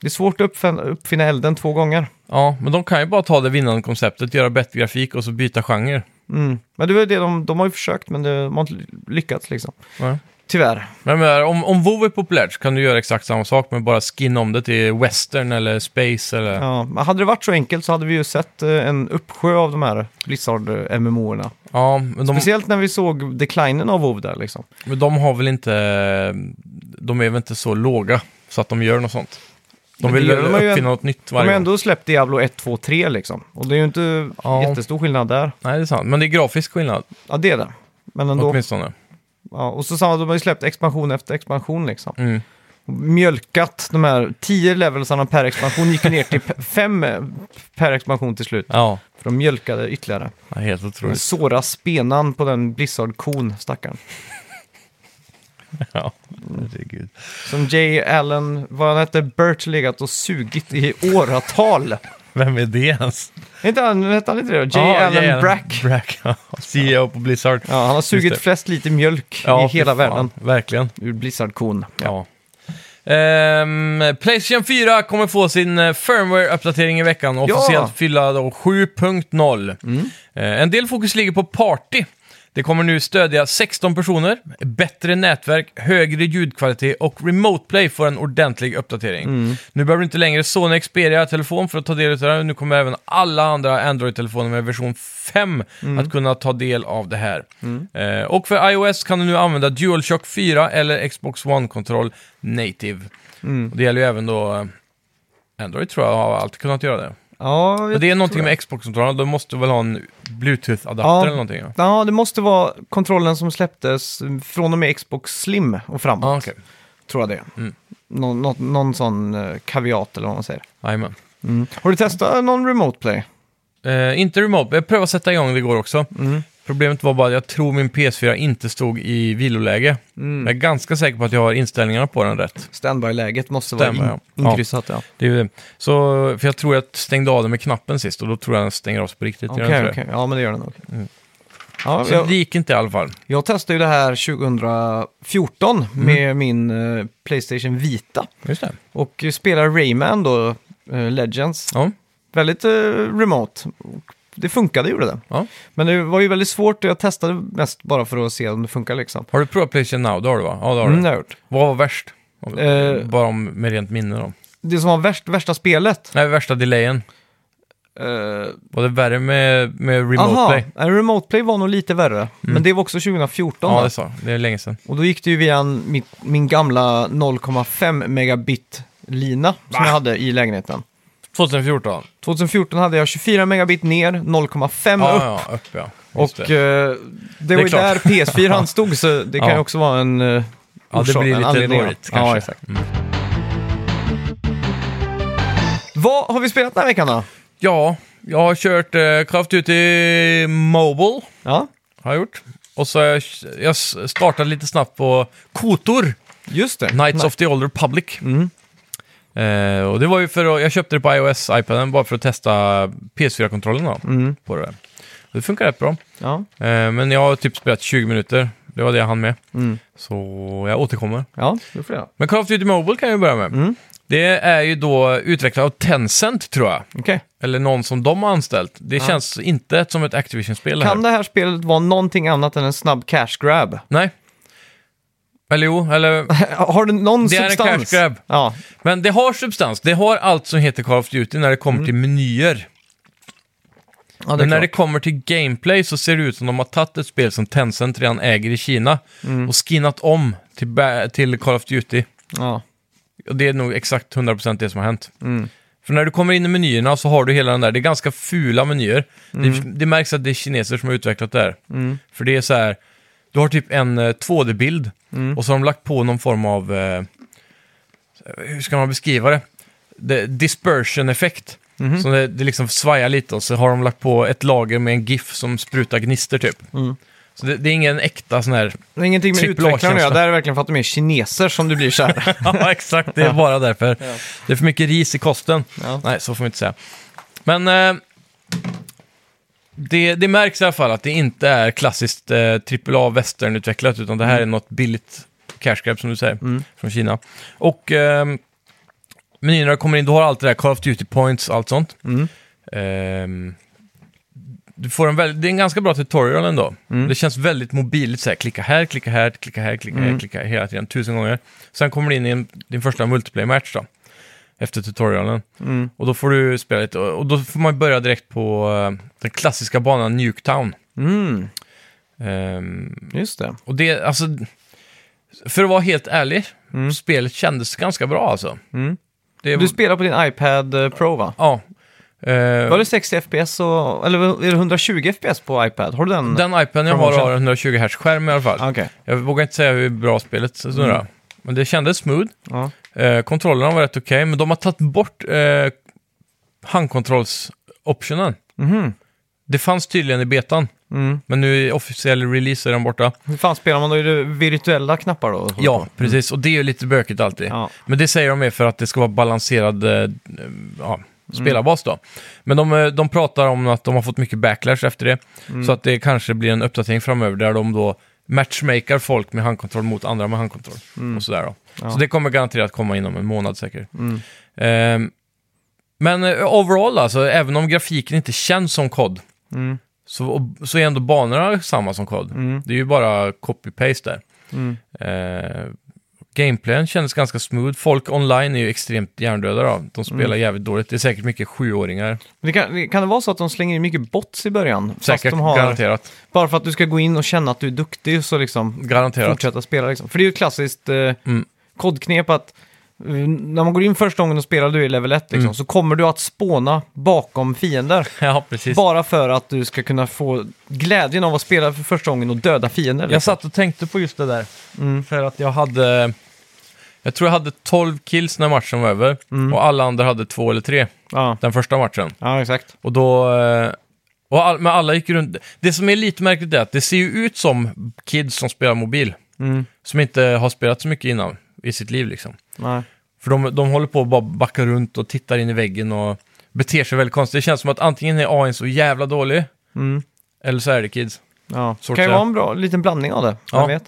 Det är svårt att uppfinna, uppfinna elden två gånger.
Ja, men de kan ju bara ta det vinnande konceptet, göra bättre grafik och så byta genre.
Mm. Men det var ju det de, de har ju försökt, men det, de har inte lyckats liksom.
Nej.
Tyvärr.
Men jag menar, om, om WoW är populärt så kan du göra exakt samma sak, men bara skinna om det till western eller space eller... Ja,
Ja. men Hade det varit så enkelt så hade vi ju sett eh, en uppsjö av de här eh, Blizzard-MMO-erna.
men, de,
Speciellt när vi såg declinen av WoW där liksom.
men de har väl inte... De är väl inte så låga så att de gör något sånt. De
Men
vill
det gör de ju
uppfinna
en-
något nytt
De har
varje gång.
ändå släppt Diablo 1, 2, 3 liksom. Och det är ju inte
Ja.
jättestor skillnad där.
Nej, det är sant. Men det är grafisk skillnad,
Ja, det är det. Men ändå.
åtminstone.
Ja, och så samma, de har ju släppt expansion efter expansion liksom.
Mm.
Mjölkat de här 10 levelsarna per expansion, gick ju ner till 5 per expansion till slut.
Ja,
För de mjölkade ytterligare.
ja, helt otroligt.
Såra spenan på den Blizzard-kon, stackaren.
Ja, herregud.
Som Jay Allen, vad han hette, Bert legat och sugit i åratal.
Vem är det ens?
Hette han, hette han inte det då? Jay
Ja,
Allen Brack. E
Brack, ja. CEO på Blizzard.
Ja, han har
Just
sugit
det.
flest liter mjölk
Ja,
i
fy
hela
fan.
världen
Verkligen.
ur Blizzard-kon.
Ja. Ehm, Playstation 4 kommer få sin eh, firmware-uppdatering i veckan och
Ja.
officiellt fylla då 7.0. Eh, en del fokus ligger på party. Det kommer nu stödja 16 personer, bättre nätverk, högre ljudkvalitet och remote play får en ordentlig uppdatering. Nu behöver du inte längre Sony Xperia-telefon för att ta del av det här. Nu kommer även alla andra Android-telefoner med version 5 att kunna ta del av det här. Eh, och för iOS kan du nu använda DualShock 4 eller Xbox One-kontroll native. Och det gäller ju även då eh, Android tror jag har alltid kunnat göra det.
Ja,
Men det är någonting med Xbox-kontrollen, då måste du väl ha en Bluetooth-adapter
Ja.
eller någonting? Ja,
Ja, det måste vara kontrollen som släpptes från och med Xbox Slim och framåt.
ah, okej.
Tror jag det är.
Mm.
Nå- nå- någon sån eh, kaviat eller vad man säger. Mm.
Jajamän.
Har du testat någon remote play?
Eh, inte remote, jag provade att sätta igång det igår också.
Mm.
Problemet var bara att jag tror min PS4 inte stod i viloläge.
Mm.
Men jag är ganska säker på att jag har inställningarna på den rätt.
Standby-läget måste
Standby,
vara in-
ja.
inkryssat, ja.
Det är ju det. Så, för jag tror jag stängde av den med knappen sist och då tror jag den stänger av sig på riktigt.
Okej,
Gör den
okej.
inte det? Mm.
Ja, men det gör det nog. Ja,
Så det
jag,
gick inte i alla fall.
jag testade ju det här 2014
Mm.
med min eh, Playstation Vita.
Just det.
Och spelar Rayman då, eh, Legends.
Ja.
Väldigt eh, remote. Det funkade, gjorde det.
Ja.
Men det var ju väldigt svårt och jag testade mest bara för att se om det funkar liksom.
Har du provat Playstation Now? Det har du va? Ja, det har du.
Mm, det har jag gjort.
Vad var värst?
Eh.
Bara om, med rent minne då.
Det som var värst, värsta spelet.
Nej, värsta delayen.
Uh,
Var det värre med, med remote play? Mm.
remote play var nog lite värre. Men det var också 2014.
Ja,
där.
det sa Det är länge sedan.
Och då gick det ju via en, min, min gamla 0,5 megabit lina som jag hade i lägenheten.
2014?
2014 hade jag 24 megabit ner, 0,5 upp.
Ja, ja, upp ja. Just
Och eh, det var
är
ju
klart.
där PS4 stod, så det kan ju
Ja.
också vara en eh,
Ja, det
orsak,
blir
en
lite
anledning, ja.
rörigt
Ja,
kanske. Mm.
exakt. Vad har vi spelat den här veckan då?
Ja, jag har kört eh, Call of Duty Mobile.
Ja,
Har jag gjort. Och så har jag, jag s- startade lite snabbt på Kotor,
just det.
Knights of the Old Republic.
Mm,
Eh, och det var ju för att, jag köpte det på iOS-iPaden bara för att testa PS4-kontrollen då, på det. där. Och det funkar rätt bra.
mm. Ja.
Eh, men jag har typ spelat 20 minuter. Det var det jag hann med.
Mm.
Så jag återkommer.
ja, det får jag.
Men Call of Duty Mobile kan jag ju börja med.
Mm.
Det är ju då utvecklat av Tencent tror jag.
Okej.
Eller någon som de har anställt. Det känns inte som ett Activision-spel. det här.
Kan det här spelet vara någonting annat än en snabb cash grab?
Nej. Eller jo, eller...
Har du någon
Det är en
substans?
cash grab.
Ja,
Men det har substans. Det har allt som heter Call of Duty när det kommer till menyer.
Mm. ja det är
Men när det
klart.
kommer till gameplay så ser det ut som de har tagit ett spel som Tencent redan äger i Kina
Mm.
och skinnat om till, ba- till Call of Duty.
Ja.
Och det är nog exakt 100% det som har hänt. För när du kommer in i menyerna så har du hela den där, det är ganska fula menyer. Det, det märks att det är kineser som har utvecklat det här. För det är så här, du har typ en eh, 2D-bild och så har de lagt på någon form av, eh, hur ska man beskriva det? det dispersion-effekt. Så det, det liksom svajar lite och så har de lagt på ett lager med en GIF som sprutar gnister typ. Så det, det är ingen äkta sån här...
Det är ingenting med
Triple A-känsla.
utvecklarna att göra. Det här är verkligen för att de är kineser som du blir så här.
ja, exakt. Det är bara därför. Det är för mycket ris i kosten.
Ja.
Nej, så får man inte säga. Men eh, det, det märks i alla fall att det inte är klassiskt eh, AAA västernutvecklat, utan det här
Mm.
är något billigt cash grab som du säger, från Kina. Och eh, menyerna kommer in, du har allt det där, Call of Duty points, allt sånt.
Mm.
Ehm, du får en väl, det är en ganska bra tutorial ändå.
Mm.
Det känns väldigt mobilt, så här, klicka här, klicka här, klicka här, klicka
Mm.
här, klicka här, hela tiden, tusen gånger. Sen kommer du in i en, din första multiplayer-match då, efter tutorialen.
Mm.
Och då får du spela lite, och och då får man börja direkt på eh, den klassiska banan Nuketown.
Mm.
Ehm,
Just det.
och det, alltså, för att vara helt ärlig, spelet kändes ganska bra alltså.
Mm.
Det,
Du spelar på din iPad eh, Pro va?
ja. Ehm,
Var det 60 FPS och, eller är det 120 FPS på iPad? Har du den?
Den iPaden jag har
Promotion.
har 120 Hz-skärm i alla fall.
Ah, Okej.
Jag vågar inte säga hur bra spelet
Mm.
snurrar. Men det kändes smooth.
Ja.
Eh, kontrollerna var rätt okej, men de har tagit bort eh, handkontrolls-optionen.
Mhm.
Det fanns tydligen i betan,
Mm.
men nu i officiell release är den borta.
Hur fan spelar man då? Är det virtuella knappar då?
Ja, precis. Och det är ju lite bökigt alltid.
Ja.
Men det säger de är för att det ska vara balanserad eh, eh,
Mm.
ja, spelarbas då. Men de, eh, de pratar om att de har fått mycket backlash efter det.
Mm.
Så att det kanske blir en uppdatering framöver där de då matchmakar folk med handkontroll mot andra med handkontroll. Och sådär då.
Mm. Ja. Mm.
Så det kommer garanterat komma inom en månad säkert. Ehm, men eh, overall alltså, även om grafiken inte känns som kod
Mm.
så, så är ändå banorna samma som kod.
Mm.
Det är ju bara copy-paste där.
Mm.
Eh, gameplayen kändes ganska smooth. Folk online är ju extremt hjärndöda då.
Mm.
De spelar jävligt dåligt. Det är säkert mycket sjuåringar.
Det kan, kan det vara så att de slänger in mycket bots i början? Fast
Säkert,
de har,
garanterat.
bara för att du ska gå in och känna att du är duktig så liksom
Garanterat.
fortsätta spela. Liksom. För det är ju ett klassiskt eh,
Mm.
kodknep att eh, när man går in första gången och spelar du i level 1 liksom,
Mm.
så kommer du att spåna bakom fiender.
Ja, precis.
Bara för att du ska kunna få glädjen av att spela för första gången och döda fiender. liksom.
Jag satt och tänkte på just det där.
Mm.
För att jag hade... Jag tror jag hade 12 kills när matchen var över.
Mm.
Och alla andra hade två eller tre
Ja,
den första matchen.
ja exakt.
Och då... eh, Och all, men alla gick runt... Det som är lite märkligt är att det ser ju ut som kids som spelar mobil.
Mm.
Som inte har spelat så mycket innan i sitt liv liksom.
Nej.
För de, de håller på att bara backa runt och tittar in i väggen och beter sig väldigt konstigt. Det känns som att antingen är AI så jävla dålig,
Mm.
eller så är det kids.
Ja.
Svårt
kan ju
att
vara
säga.
en bra liten blandning av det.
Ja.
Jag vet.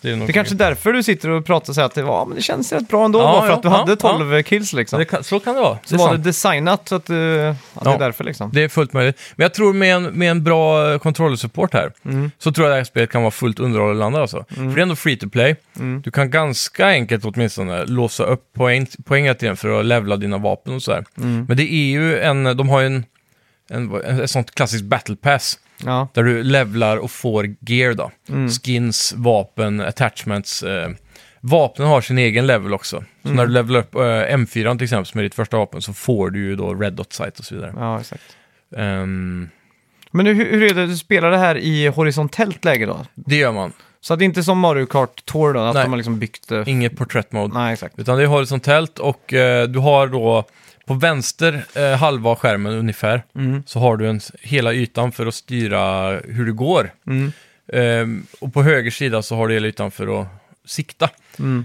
Det är, nog
Det är kanske är därför du sitter och pratar så här att det, var, ja, men det känns rätt bra ändå.
Ja,
bara för
ja,
att du
ja,
hade 12 kills liksom.
det kan, Så kan det vara.
så
det, är
var det
sant.
designat så att, eh, att det
Ja.
är därför liksom.
det är fullt möjligt. Men jag tror med en, med en bra eh, kontrollsupport här, så tror jag det här spelet kan vara fullt underhållande alltså. För det är ändå free to play. Du kan ganska enkelt åtminstone låsa upp poäng, poäng hela tiden för att levla dina vapen och sådär. Men det är ju en, de har ju en, en, en, ett sånt klassiskt battle pass.
Ja.
Där du levlar och får gear då. Skins, vapen, attachments. Eh, vapnen har sin egen level också. Så när du levlar upp eh, M4 till exempel, som är ditt första vapen, så får du ju då Red Dot Sight och så vidare.
ja, exakt.
Ehm,
Men hur, hur är det, du spelar det här i horisontellt läge då?
det gör man.
Så att det inte är som Mario Kart Tour då, att
Nej.
de har liksom byggt... eh,
Inget portrait mode.
Nej, exakt.
Utan det är horisontellt och eh, du har då på vänster eh, halva av skärmen ungefär så har du en, s- hela ytan för att styra hur det går. Ehm, och på höger sida så har du hela ytan för att sikta.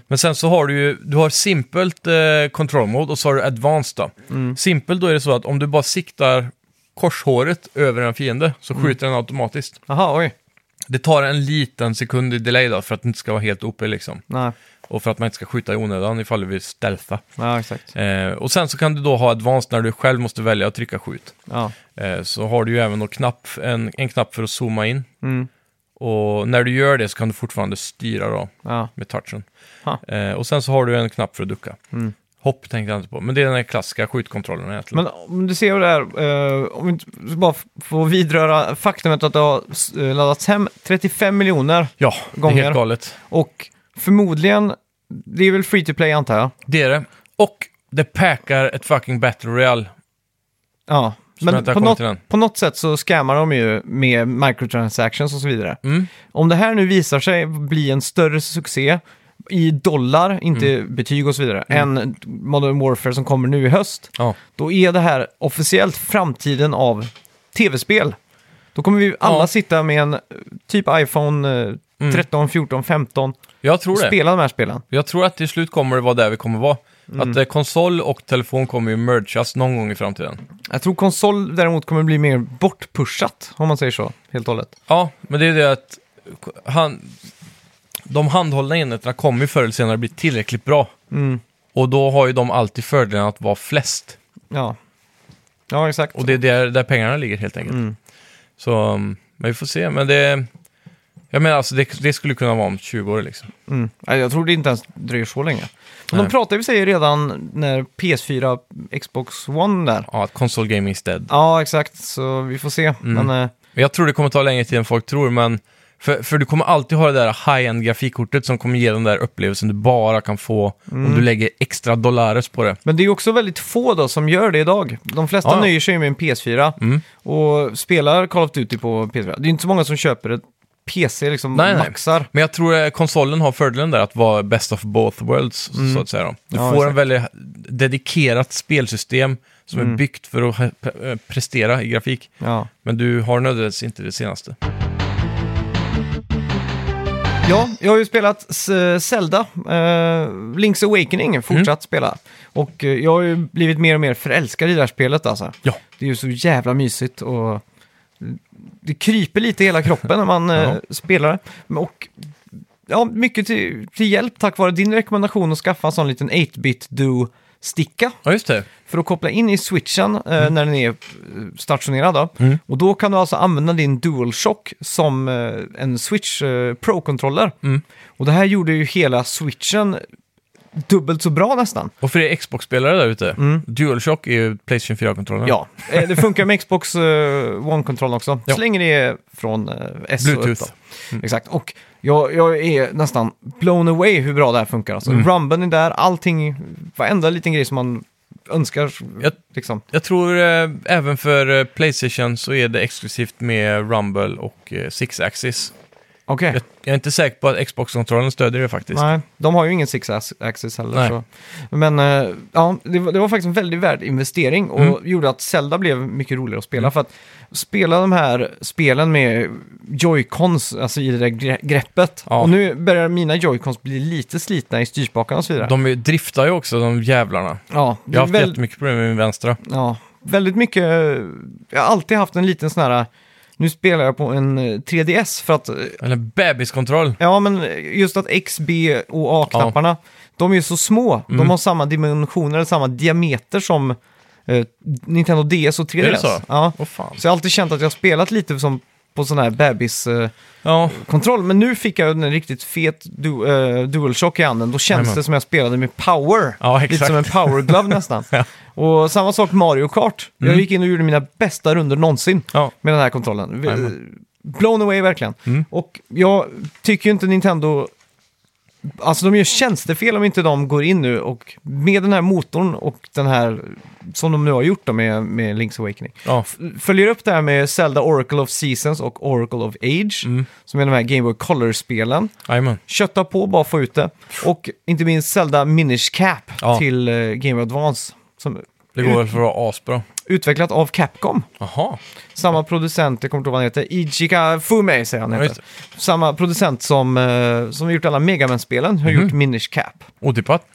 Men sen så har du ju, du har simpelt eh, control mode och så har du advanced då. Simpelt då är det så att om du bara siktar korshåret över en fiende så skjuter den automatiskt.
Jaha, oj.
Det tar en liten sekund i delay då för att det inte ska vara helt OP liksom.
Nej,
Och för att man inte ska skjuta i onödan ifall du vill stealtha.
ja, exakt.
Eh, och sen så kan du då ha advanced när du själv måste välja att trycka skjut.
Ja.
Eh, så har du ju även då knapp, en, en knapp för att zooma in.
Mm.
Och när du gör det så kan du fortfarande styra då
Ja.
med touchen.
Ha.
Eh, och sen så har du en knapp för att ducka.
Mm.
Hopp tänkte jag inte på, men det är den här klassiska skjutkontrollen egentligen.
Men om du ser hur det är, eh, om vi inte bara f- får vidröra faktumet att det har s- eh, laddats hem 35 miljoner
ja, det är
gånger.
helt galet.
och förmodligen, det är väl free to play antar jag.
Det är det. Och det packar ett fucking Battle Royale.
Ja,
jag
men
inte har
på
kommit
något,
till den.
på något sätt så scammar de ju med microtransactions och så vidare.
Mm.
Om det här nu visar sig bli en större succé i dollar, inte
Mm.
betyg och så vidare, än Modern Warfare som kommer nu i höst,
Ja.
då är det här officiellt framtiden av tv-spel. Då kommer vi alla
Ja.
sitta med en eh, typ iPhone eh, 13, 14, 15
Jag tror
och
det.
spela de här spelen.
Jag tror att till slut kommer det vara där vi kommer vara.
Mm.
Att eh, konsol och telefon kommer ju mergas någon gång i framtiden.
Jag tror konsol däremot kommer bli mer bortpushat, om man säger så, helt och hållet.
Ja, men det är det att han, de handhållna enheterna kommer ju förr eller senare bli tillräckligt bra.
Mm.
Och då har ju de alltid fördelen att vara flest.
Ja, ja exakt.
Och det är där, där pengarna ligger helt enkelt.
Mm.
Så, um, men vi får se. Men det, jag menar alltså, det, det skulle kunna vara om 20 år liksom.
Mm. Nej, Jag tror det inte ens dröjer så länge. Men de
Nej.
pratade ju sig redan när PS4, Xbox One där.
Ja, att console gaming is dead.
Ja, exakt. Så vi får se.
Mm.
Men eh,
Men jag tror det kommer ta längre tid än folk tror, men för, för du kommer alltid ha det där high-end grafikkortet som kommer ge den där upplevelsen du bara kan få
Mm.
om du lägger extra dollares på det.
Men det är ju också väldigt få då som gör det idag. De flesta
Ja, Mm. ja.
nöjer sig ju med en PS4 och spelar Call of Duty på PS4. Det är ju inte så många som köper ett PC, liksom
Nej, nej.
maxar.
Men jag tror eh, konsolen har fördelen där att vara best of both worlds, så att säga. Då. Du
Mm. Ja,
får
exakt. Mm.
en väldigt dedikerat spelsystem som är byggt för att he- pre- eh, prestera i grafik.
Ja.
Men du har nödvändigtvis inte det senaste.
ja, jag har ju spelat S- Zelda, eh, Link's Awakening, fortsatt spela. Och eh, jag har ju blivit mer och mer förälskad i det här spelet alltså.
Ja.
Det är ju så jävla mysigt och mm, det kryper lite i hela kroppen när man eh,
Ja.
spelar det. Men- Och ja, mycket till, till hjälp tack vare din rekommendation att skaffa en sån liten 8-bit Do-sticka
Ja, just det.
för att koppla in i switchen eh,
Mm.
när den är eh, stationerad. Då. Och då kan du alltså använda din DualShock som eh, en Switch eh, Pro-controller.
Mm.
Och det här gjorde ju hela switchen dubbelt så bra nästan.
Och för er Xbox-spelare där ute, DualShock är ju Playstation 4-kontrollen.
Mm. Ja, eh, det funkar med Xbox eh, One-kontrollen också.
Ja.
Så länge det är från eh, S och upp
Bluetooth. Mm.
då. Exakt, och jag, jag är nästan blown away hur bra det här funkar. Alltså,
Mm.
Rumben är där, allting, varenda liten grej som man önskar.
Jag-
Liksom.
Jag tror eh, även för eh, Playstation så är det exklusivt med Rumble och eh, Six Axis.
Okej.
Jag, jag är inte säker på att Xbox-kontrollen stödjer det faktiskt.
Eh. Nej, de har ju ingen six axis heller.
Nej.
Så. Men eh, ja, det, var, det var faktiskt en väldigt värd investering och
Mm.
gjorde att Zelda blev mycket roligare att spela. För att spela de här spelen med joycons, alltså i det där gre- greppet.
Ja.
Och nu börjar mina joycons bli lite slitna i styrspakarna och så vidare.
De är- driftar ju också, de jävlarna.
ja, det
Jag
är
har haft
väl-
jättemycket problem med min vänstra.
ja, väldigt mycket. Jag har alltid haft en liten sån här, nu spelar jag på en eh, 3DS för att eh,
Eller bebiskontroll.
Ja, men just att X, B och A-knapparna, de är ju så små.
Mm.
De har samma dimensioner, eller samma diameter som eh, Nintendo DS och 3DS.
Är det så?
Ja.
Åh fan.
Så jag har alltid känt att jag har spelat lite som på sån här bebiskontroll.
Ja,
kontroll men nu fick jag en riktigt fet du, eh, DualShock i handen. Då känns
Jajamän.
det som jag spelade med power.
Ja,
lite
exakt.
som en power glove nästan. Och samma sak Mario Kart.
Mm.
Jag gick in och gjorde mina bästa runder någonsin
ja.
med den här kontrollen. Vi-
Jajamän. Mm.
Blown away verkligen. Och jag tycker ju inte Nintendo... Alltså de gör tjänstefel om inte de går in nu och med den här motorn och den här som de nu har gjort då med, med Link's Awakening.
ja.
Följer upp det här med Zelda Oracle of Seasons och Oracle of Age,
Mm.
som är de här Game Boy Color-spelen.
Jajamän.
Kötta på, bara få ut det. Och inte minst Zelda Minish Cap
Ja.
till eh, Game Boy Advance, som
Det går väl för att vara asbra.
utvecklat av Capcom.
Jaha.
Samma producent, jag kommer inte ihåg vad han heter, Ichika Fume säger han
Ja, just
heter. Samma producent som, eh, som har gjort alla Megaman-spelen, har
Mhm.
gjort Minish Cap.
Otippat.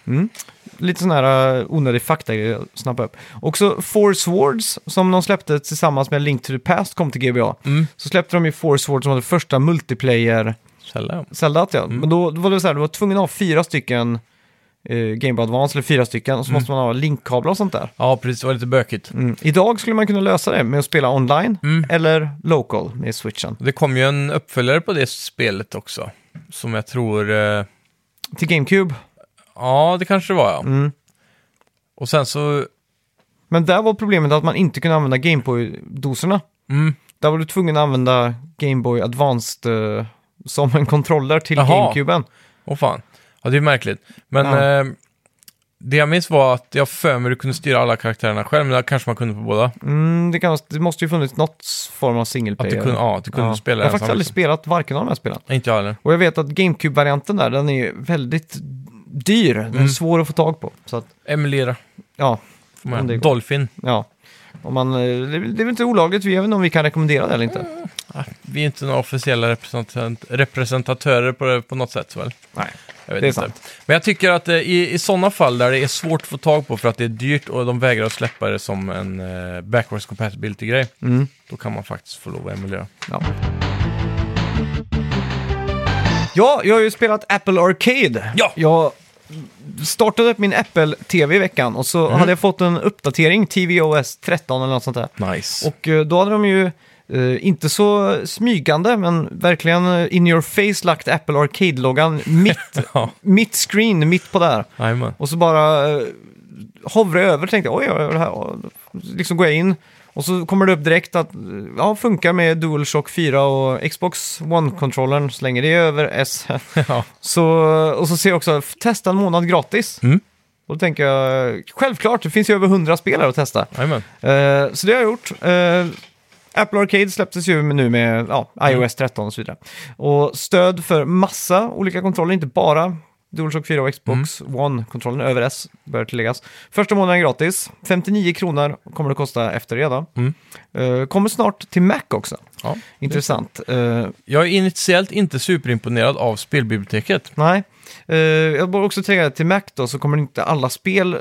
Lite sån här eh, onödig fakta jag snappade upp. Också Four Swords, som de släppte tillsammans med Link to the Past, kom till GBA.
Mm.
Så släppte de ju Four Swords som var det första multiplayer
Sällan.
Zelda. Ja.
Mm.
Men då, då var det så här, du var tvungen att ha fyra stycken eh, Game Boy Advance, eller fyra stycken,
Mm.
och så måste man ha linkkablar och sånt där.
Ja, precis. Det var lite bökigt. Mm.
Mm. Idag skulle man kunna lösa det med att spela online eller local med switchen.
Det kom ju en uppföljare på det spelet också. Som jag tror... Eh,
Till GameCube. Mm.
ja, det kanske det var ja. Och sen så...
Men där var problemet att man inte kunde använda Gameboy-doserna.
Mm.
Där var du tvungen att använda Gameboy Advanced eh, som en kontroller till
Jaha.
GameCuben.
Åh fan. Ja, det är märkligt. Men
Ja.
eh, det jag minns var att jag för mig att du kunde styra alla karaktärerna själv, men det kanske man kunde på båda.
Mm, det, kan, det måste ju funnits något form av single
Att
player.
du kunde, ja, att du kunde
Ja.
spela
Jag har
ensam,
faktiskt aldrig
liksom.
spelat varken av de här spelen.
Inte jag heller.
Och jag vet att GameCube-varianten där, den är väldigt dyr. Den är
Mm.
svår att få tag på. Så att,
Emulera.
ja,
får man
Om
göra.
det går.
Dolphin. Mm.
ja. Om man, eh, det, är väl- det är väl inte olagligt, vi- jag vet inte om vi kan rekommendera det eller inte.
Ah, vi är inte några officiella representant, representatörer på, det, på något sätt väl?
Nej.
Jag vet
Det är
inte.
sant.
Men jag tycker att eh, i, i sådana fall där det är svårt att få tag på för att det är dyrt och de vägrar att släppa det som en eh, backwards compatibility-grej, då kan man faktiskt få lov att emulera.
Ja. ja, jag har ju spelat Apple Arcade.
Ja.
Jag startade upp min Apple-TV i veckan och så hade jag fått en uppdatering, TVOS 13 eller något sånt där.
Nice.
Och eh, då hade de ju, eh, inte så smygande, men verkligen eh, in your face lagt Apple Arcade-loggan mitt,
Ja.
mitt screen, mitt på där.
Jajamän.
Och så bara eh, hovrade jag över och tänkte oj, oj, oj, det här, och liksom går jag in. Och så kommer det upp direkt att eh, ja, funkar med DualShock 4 och Xbox One-kontrollern så länge det är över S.
Ja.
så, och så ser jag också, "F- testa en månad gratis.
Mm.
Och då tänker jag, självklart, det finns ju över 100 spel här att testa.
Jajamän.
Eh, så det har jag gjort. Eh, Apple Arcade släpptes ju nu med ja, iOS 13 och så vidare. Och stöd för massa olika kontroller, inte bara DualShock 4 och Xbox One-kontrollen över S bör tilläggas. Första månaden gratis, 59 kronor kommer det kosta efter det då.
Mm.
Eh, kommer snart till Mac också,
Ja.
intressant. Eh,
Jag är initiellt inte superimponerad av spelbiblioteket.
nej, Eh, jag borde också tillägga att till Mac då så kommer inte alla spel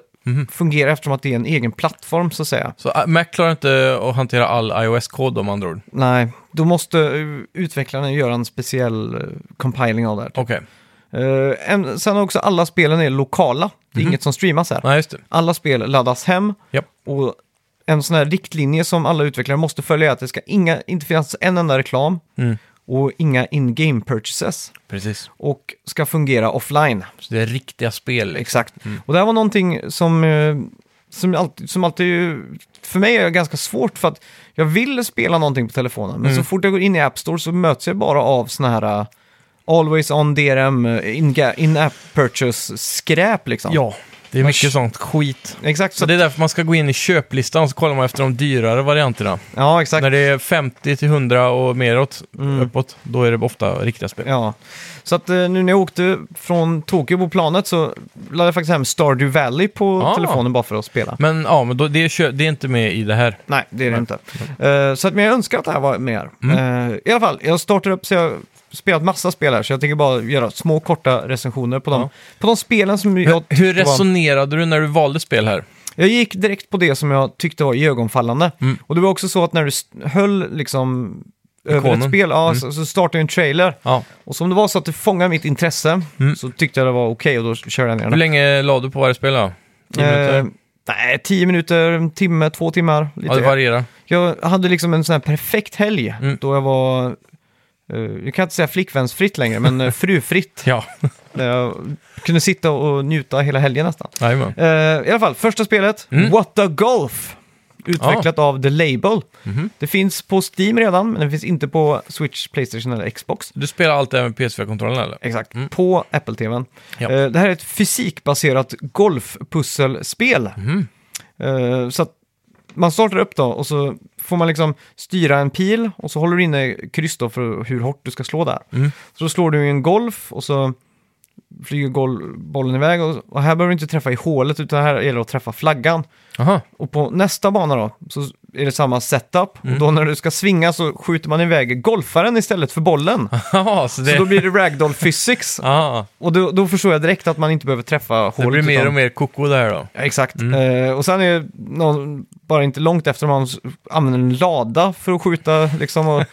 fungera eftersom att det är en egen plattform så att säga.
Så eh, Mac klarar inte att hantera all iOS-kod om andra ord.
Nej, då måste eh, utvecklarna göra en speciell eh, compiling av det här.
Okej,
Eh, en, sen också alla spelen är lokala. Det är inget som streamas här.
nej just det.
Alla spel laddas hem
Mhm. Japp.
och en sån här riktlinje som alla utvecklare måste följa är att det ska inga, inte finnas en enda reklam
Mm.
och inga in-game purchases
Precis.
och ska fungera offline.
Så det är riktiga spel. liksom.
Exakt. Och det här var någonting som, eh, som, alltid, som alltid ju- för mig är ganska svårt för att jag vill spela någonting på telefonen. Men
Mm.
så fort jag går in i App Store så möts jag bara av såna här eh, Always on DRM, eh, inga- in-app purchase-skräp liksom.
Ja, det är mycket sånt skit.
Exakt.
Så
Så
det är därför man ska gå in i köplistan och så kollar man efter de dyrare varianterna.
ja, exakt.
När det är 50 till 100 och meråt, uppåt, då är det ofta riktiga spel.
Mm. Ja. Så att eh, nu när jag åkte från Tokyo på planet så laddade jag faktiskt hem Stardew Valley på
Ah.
telefonen bara för att spela.
Men ja, men då, det, är kö- det är inte med i det här.
Nej, det är det inte. Eh, så att, men jag önskar att det här var mer.
Mm.
Eh, I alla fall, jag startar upp så jag har spelat massa spel här, så jag tänker bara göra små korta recensioner på dem.
Ja.
På de spelen som jag
Hur, hur
tyckte var-
resonerade du när du valde spel här?
Jag gick direkt på det som jag tyckte var iögonfallande.
Mm.
Och det var också så att när du st- höll liksom över ett
Ikonen. Mm.
spel, ja, så, så startade jag en trailer.
Ja.
Och som det var så att det fångade mitt intresse så tyckte jag det var okej och då körde jag ner den.
Mm. Hur länge la du på varje spel då? 10
Eh,
minuter?
nej, tio minuter, en timme, två timmar. Lite.
Ja, det varierar.
Jag hade liksom en sån här perfekt helg
Mm.
då jag var, eh, jag kan inte säga flickvänsfritt längre, men eh, frufritt.
Ja,
Där jag kunde sitta och njuta hela helgen nästan.
jajamän.
Eh, I alla fall, första spelet,
Mm.
What the Golf. Utvecklat av The Label.
Mhm.
Det finns på Steam redan, men det finns inte på Switch, Playstation eller Xbox.
Du spelar allt det här med PS4-kontrollen eller?
Exakt, på Apple-TVn.
Mm. Ja.
Eh, det här är ett fysikbaserat golfpusselspel.
Mhm.
Eh, så att man startar upp då och så får man liksom styra en pil och så håller du inne kryss då för hur hårt du ska slå där.
Mm.
Så då slår du en golf och så flyger gol- bollen iväg och, och här behöver du inte träffa i hålet utan här gäller det att träffa flaggan.
Aha.
Och på nästa bana då så är det samma setup.
Mm.
Och då när du ska svinga så skjuter man iväg golfaren istället för bollen.
Aha, så det...
Så då blir det ragdoll physics
Ah,
och då, då förstår jag direkt att man inte behöver träffa hålet.
det blir mer
utan-
och mer koko där då.
Ja, exakt.
Mm.
Eh, och sen är det någon, bara inte långt efter man s- använder en lada för att skjuta, liksom, och,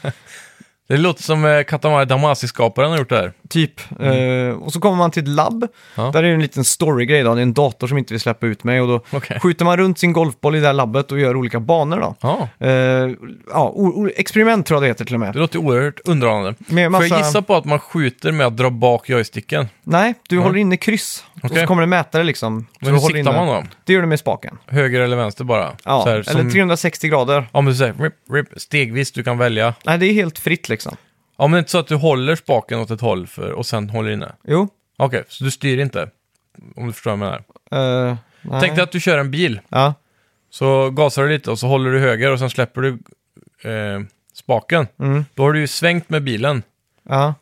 Det låter som eh, Katamari Damacy-skaparen har gjort det här.
typ. Eh, och så kommer man till ett labb.
Mm. Ja.
Där är det en liten storygrej då. Det är en dator som inte vill släppa ut mig och då
Okej.
skjuter man runt sin golfboll i det här labbet och gör olika banor då.
Ja,
Eh, ja, o- o- experiment tror jag det heter till och med.
det låter oerhört underhållande.
Med
Får jag gissa på att man skjuter med att dra bak joysticken?
Nej, du håller inne kryss och så
Okej.
kommer det mätare liksom. Så du
Men hur
håller
siktar
inne.
man då?
Det gör du med spaken.
Höger eller vänster bara?
Ja,
Så här,
eller
som,
360 grader.
ja men så här, rip, rip, stegvis, du kan välja.
Nej, det är helt fritt liksom.
Ja, men det är inte så att du håller spaken åt ett håll för, och sen håller inne?
Jo.
Okej, så du styr inte? Om du förstår vad jag menar.
eh, nej.
Tänk dig att du kör en bil,
Ja,
så gasar du lite och så håller du höger och sen släpper du eh, spaken.
Mm.
Då har du ju svängt med bilen,
ja,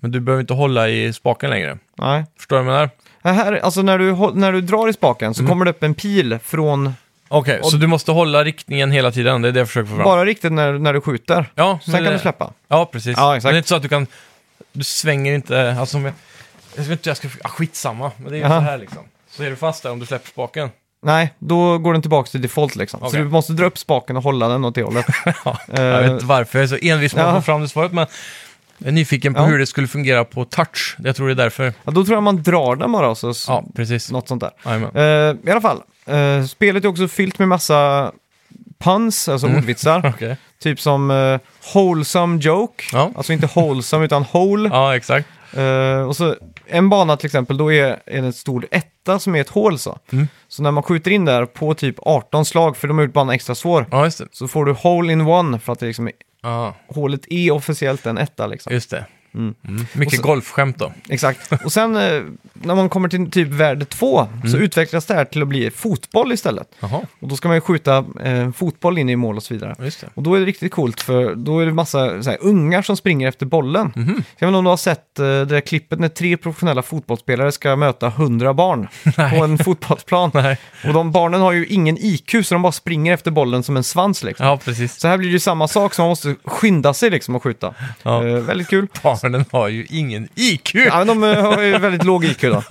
men du behöver inte hålla i spaken längre.
nej. Äh,
Förstår du vad jag menar? Mm.
Här, alltså när du, hå- när du drar i spaken så kommer det upp en pil från
Okej, så du måste hålla riktningen hela tiden, det är det jag försöker få fram.
Bara riktigt när, när du skjuter.
ja,
Sen kan
det-
du släppa.
Ja, precis.
Ja, exakt.
Men det är inte så att du kan... Du svänger inte... Alltså, om jag, jag vet inte jag ska... Ah, skitsamma, men det är ju
Jaha.
så här liksom. Så är du fast där om du släpper spaken.
Nej, då går den tillbaka till default liksom. Så
Okej.
du måste dra upp spaken och hålla den åt det hållet.
Jag vet inte varför jag är så envis med att
Eh. Ja.
få fram det svaret, men jag är nyfiken på
Ja.
hur det skulle fungera på touch. Jag tror det är därför.
Ja, då tror jag man drar den bara, så, så,
Ja, precis.
något sånt där.
Jajamän.
Eh, I alla fall, eh, spelet är också fyllt med massa puns, alltså
Mm.
ordvitsar.
Okej.
typ som eh, wholesome joke.
Ja.
Alltså inte wholesome utan whole.
Ja, exakt.
Eh, och så en bana till exempel, då är, är det en stor etta som är ett hål så. Så när man skjuter in där på typ 18 slag, för de har gjort banan extra svår,
Ja, just det.
så får du hole in one för att det liksom är,
Ja,
hålet är officiellt en etta liksom.
just det. Mm. Mycket golfskämt då.
Exakt. Och sen eh, när man kommer till typ värde 2 så utvecklas det här till att bli fotboll istället.
Jaha,
Och då ska man ju skjuta eh, fotboll in i mål och så vidare.
just det.
Och då är det riktigt coolt för då är det massa så här, ungar som springer efter bollen.
Mhm.
Mm. Jag vet inte om du har sett eh, det där klippet när tre professionella fotbollsspelare ska möta 100 barn på en fotbollsplan.
Nej.
Och de barnen har ju ingen IQ så de bara springer efter bollen som en svans liksom.
Ja, precis.
Så här blir det ju samma sak så man måste skynda sig liksom att skjuta.
Ja.
Eh, väldigt kul.
Barnen har ju ingen IQ.
Ja, men de eh, har ju väldigt låg IQ då.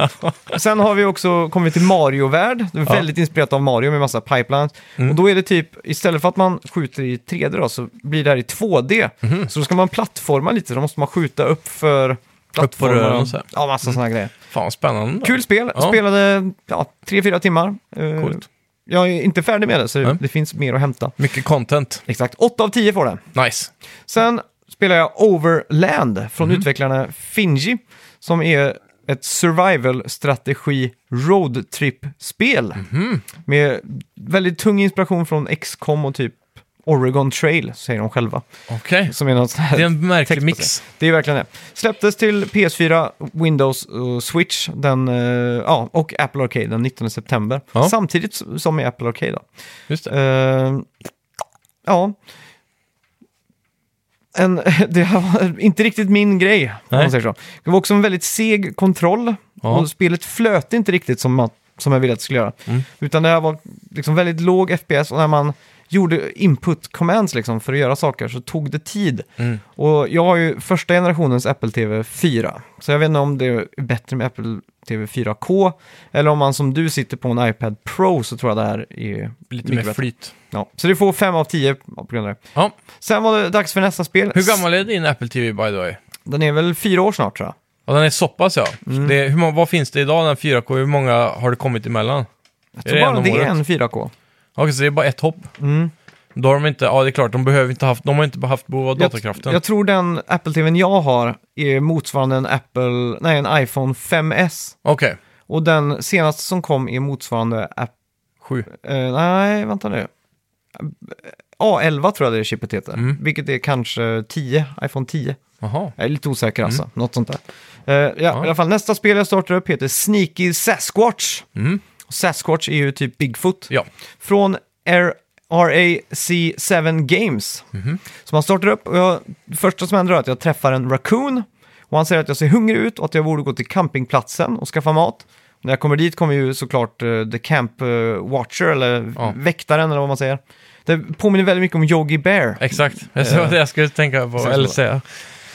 Sen har vi också kommit till Mario-värld. Det är
Ja. Mm.
väldigt inspirerat av Mario med massa pipelines. Och då är det typ, istället för att man skjuter i 3D då, så blir det här i 2D.
Mhm.
Så då ska man plattforma lite, då måste man skjuta upp för
rören
plattformar.
och så här.
Ja, massa sådana grejer.
Fan, vad spännande.
Kul spel,
Mm. Ja.
spelade ja, 3-4 timmar. Eh,
Coolt.
Jag är inte färdig med det, så
Nej.
det finns mer att hämta.
Mycket content.
Exakt, 8 av 10 får den.
Nice.
Sen spelar jag Overland från utvecklarna Finji som är ett survival-strategi roadtrip-spel med väldigt tung inspiration från XCOM och typ Oregon Trail, säger de själva.
Okej.
Som är något sånt här
Det är en märklig
text på
mix.
sig. Det är verkligen det. Släpptes till PS4, Windows och Switch den, eh, ja, och Apple Arcade den 19 september.
Ja.
Samtidigt s- som i Apple Arcade. Då.
Just det.
Eh, ja. En, det här var inte riktigt min grej, om
Nej.
man säger så. Det var också en väldigt seg kontroll
Ja.
och spelet flöt inte riktigt som, man, som jag ville att det skulle göra.
Mm.
Utan det här var liksom väldigt låg FPS och när man gjorde input commands liksom för att göra saker så tog det tid.
Mm.
Och jag har ju första generationens Apple TV 4, så jag vet inte om det är bättre med Apple TV 4K eller om man som du sitter på en iPad Pro så tror jag det här är
Lite mer
bättre.
flyt.
Ja, så du får 5 av 10 på grund av det.
Ja.
Sen var det dags för nästa spel.
Hur gammal är din Apple TV by the way?
Den är väl fyra år snart tror jag.
Ja, den är så pass ja.
Mm.
Det, hur, många- vad finns det idag, den 4K? Hur många har det kommit emellan?
Jag
Är det
tror bara
en om
det är
året?
en 4K.
Okej, så det är bara ett hopp.
Mm.
Då har de inte, ja det är klart, de behöver inte haft, de har inte haft behov av
Jag,
datorkraften.
jag tror den Apple TVn jag har är motsvarande en Apple, nej en iPhone 5S.
Okej,
Och den senaste som kom är motsvarande App,
sju.
eh, nej vänta nu. A11 tror jag det är chipet heter,
Mm.
vilket är kanske 10, iPhone 10.
Jaha.
Jag är lite osäker alltså, något sånt där. Eh, ja,
Mm. Ja.
I alla fall nästa spel jag startar upp heter Sneaky Sasquatch.
Mm.
Sasquatch är ju typ Bigfoot.
Ja.
Från R- RAC7 Games.
Mhm.
Så man startar upp och jag, det första som händer är att jag träffar en raccoon. Och han säger att jag ser hungrig ut och att jag borde gå till campingplatsen och skaffa mat. När jag kommer dit kommer ju såklart eh, The Camp eh, Watcher, eller
Ja.
väktaren eller vad man säger. Det påminner väldigt mycket om Yogi Bear.
Exakt. Jag sa
Eh,
det jag skulle tänka på,
exakt
eller
så.
säga.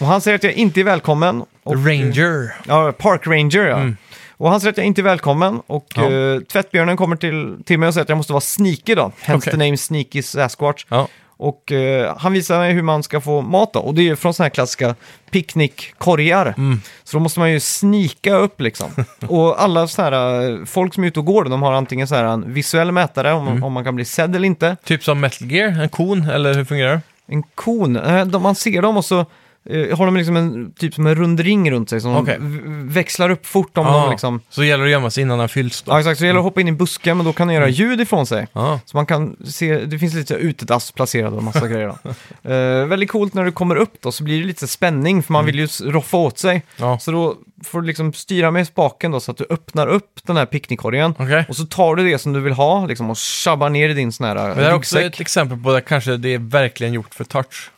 Och han säger att jag inte är välkommen. Och,
Ranger.
Ja, Park Ranger ja. Och han säger att jag inte är välkommen och
Mm. Ja.
eh, tvättbjörnen kommer till, till mig och säger att jag måste vara sneaky då. Hence
Okej.
the name Sneaky Sasquatch.
Ja.
Och eh, han visar mig hur man ska få mat då. Och det är ju från sådana här klassiska picknickkorgar.
Mm.
Så då måste man ju snika upp liksom. och alla sådana här eh, folk som är ute och går, de har antingen så här en visuell mätare om,
Mm.
om man kan bli sedd eller inte.
Typ som Metal Gear, en kon, eller hur fungerar det?
En kon, eh, de, man ser dem och så eh, har de liksom en, typ som en rund ring runt sig som
Okej.
v- växlar upp fort om de
Ah,
liksom...
Så gäller det att gömma sig innan den fylls då. Mm.
Ja, exakt. Så det gäller att hoppa in i busken, men då kan den göra ljud ifrån sig.
Ja.
Så man kan se, det finns lite så här utedass placerad och massa grejer. Då. Eh, väldigt coolt när du kommer upp då, så blir det lite spänning, för man
Mm.
vill ju s- roffa åt sig.
Ja.
Så då får du liksom styra med spaken då, så att du öppnar upp den här picknickkorgen.
Okej.
Och så tar du det som du vill ha liksom, och tjabbar ner i din sån här eh,
Men det här är också
ryggsäck.
ett exempel på där kanske det är verkligen gjort för touch.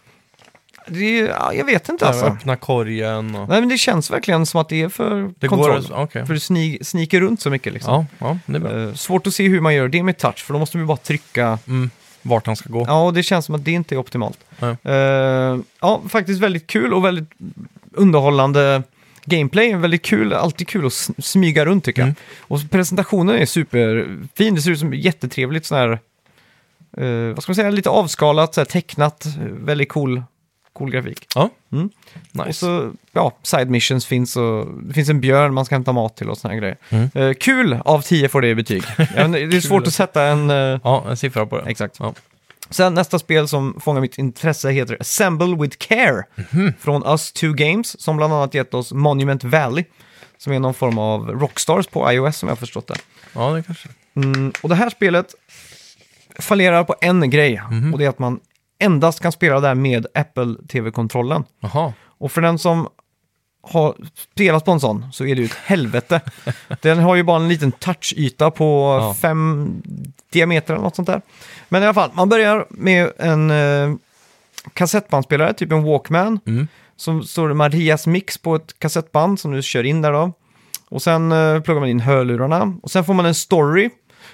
det är, ja, jag vet inte
Alltså.
alltså.
Öppna korgen och...
Nej, men det känns verkligen som att det är för
Det går... alltså-
kontroll.
Okej.
För det sni- sniker runt så mycket liksom.
Ja, ja, det är bra.
Eh, svårt att se hur man gör det med touch, för då måste man ju bara trycka.
Mm. Vart han ska gå.
Ja, och det känns som att det inte är optimalt.
Nej.
Eh, ja, faktiskt väldigt kul och väldigt underhållande gameplay. Väldigt kul, alltid kul att s- smyga runt tycker jag.
Mm.
Och så presentationen är superfin, det ser ut som jättetrevligt sån här, eh, vad ska man säga, lite avskalat, så här tecknat, eh, väldigt cool, cool grafik.
Ja.
Mm.
Nice.
Och så, ja, side missions finns och det finns en björn man ska hämta mat till och såna här grejer.
Mm.
Eh, kul av 10 får det i betyg. Jag vet inte, det är svårt att sätta en... eh,
Ja, en siffra på det.
Exakt.
Ja.
Sen nästa spel som fångar mitt intresse heter Assemble with Care
Mhm.
från Us 2 Games som bland annat gett oss Monument Valley som är någon form av Rockstars på iOS som jag har förstått det.
Ja, det kanske.
Mm, och det här spelet fallerar på en grej
Mhm.
och det är att man endast kan spela det här med Apple TV-kontrollen.
Jaha.
Och för den som har spelat på en sån så är det ju ett helvete. den har ju bara en liten touchyta på
Ja.
fem diameter eller något sånt där. Men i alla fall, man börjar med en eh, kassettbandspelare, typ en Walkman.
Mm.
Som står det Marias Mix på ett kassettband som du kör in där då. Och sen eh, pluggar man in hörlurarna. Och sen får man en story.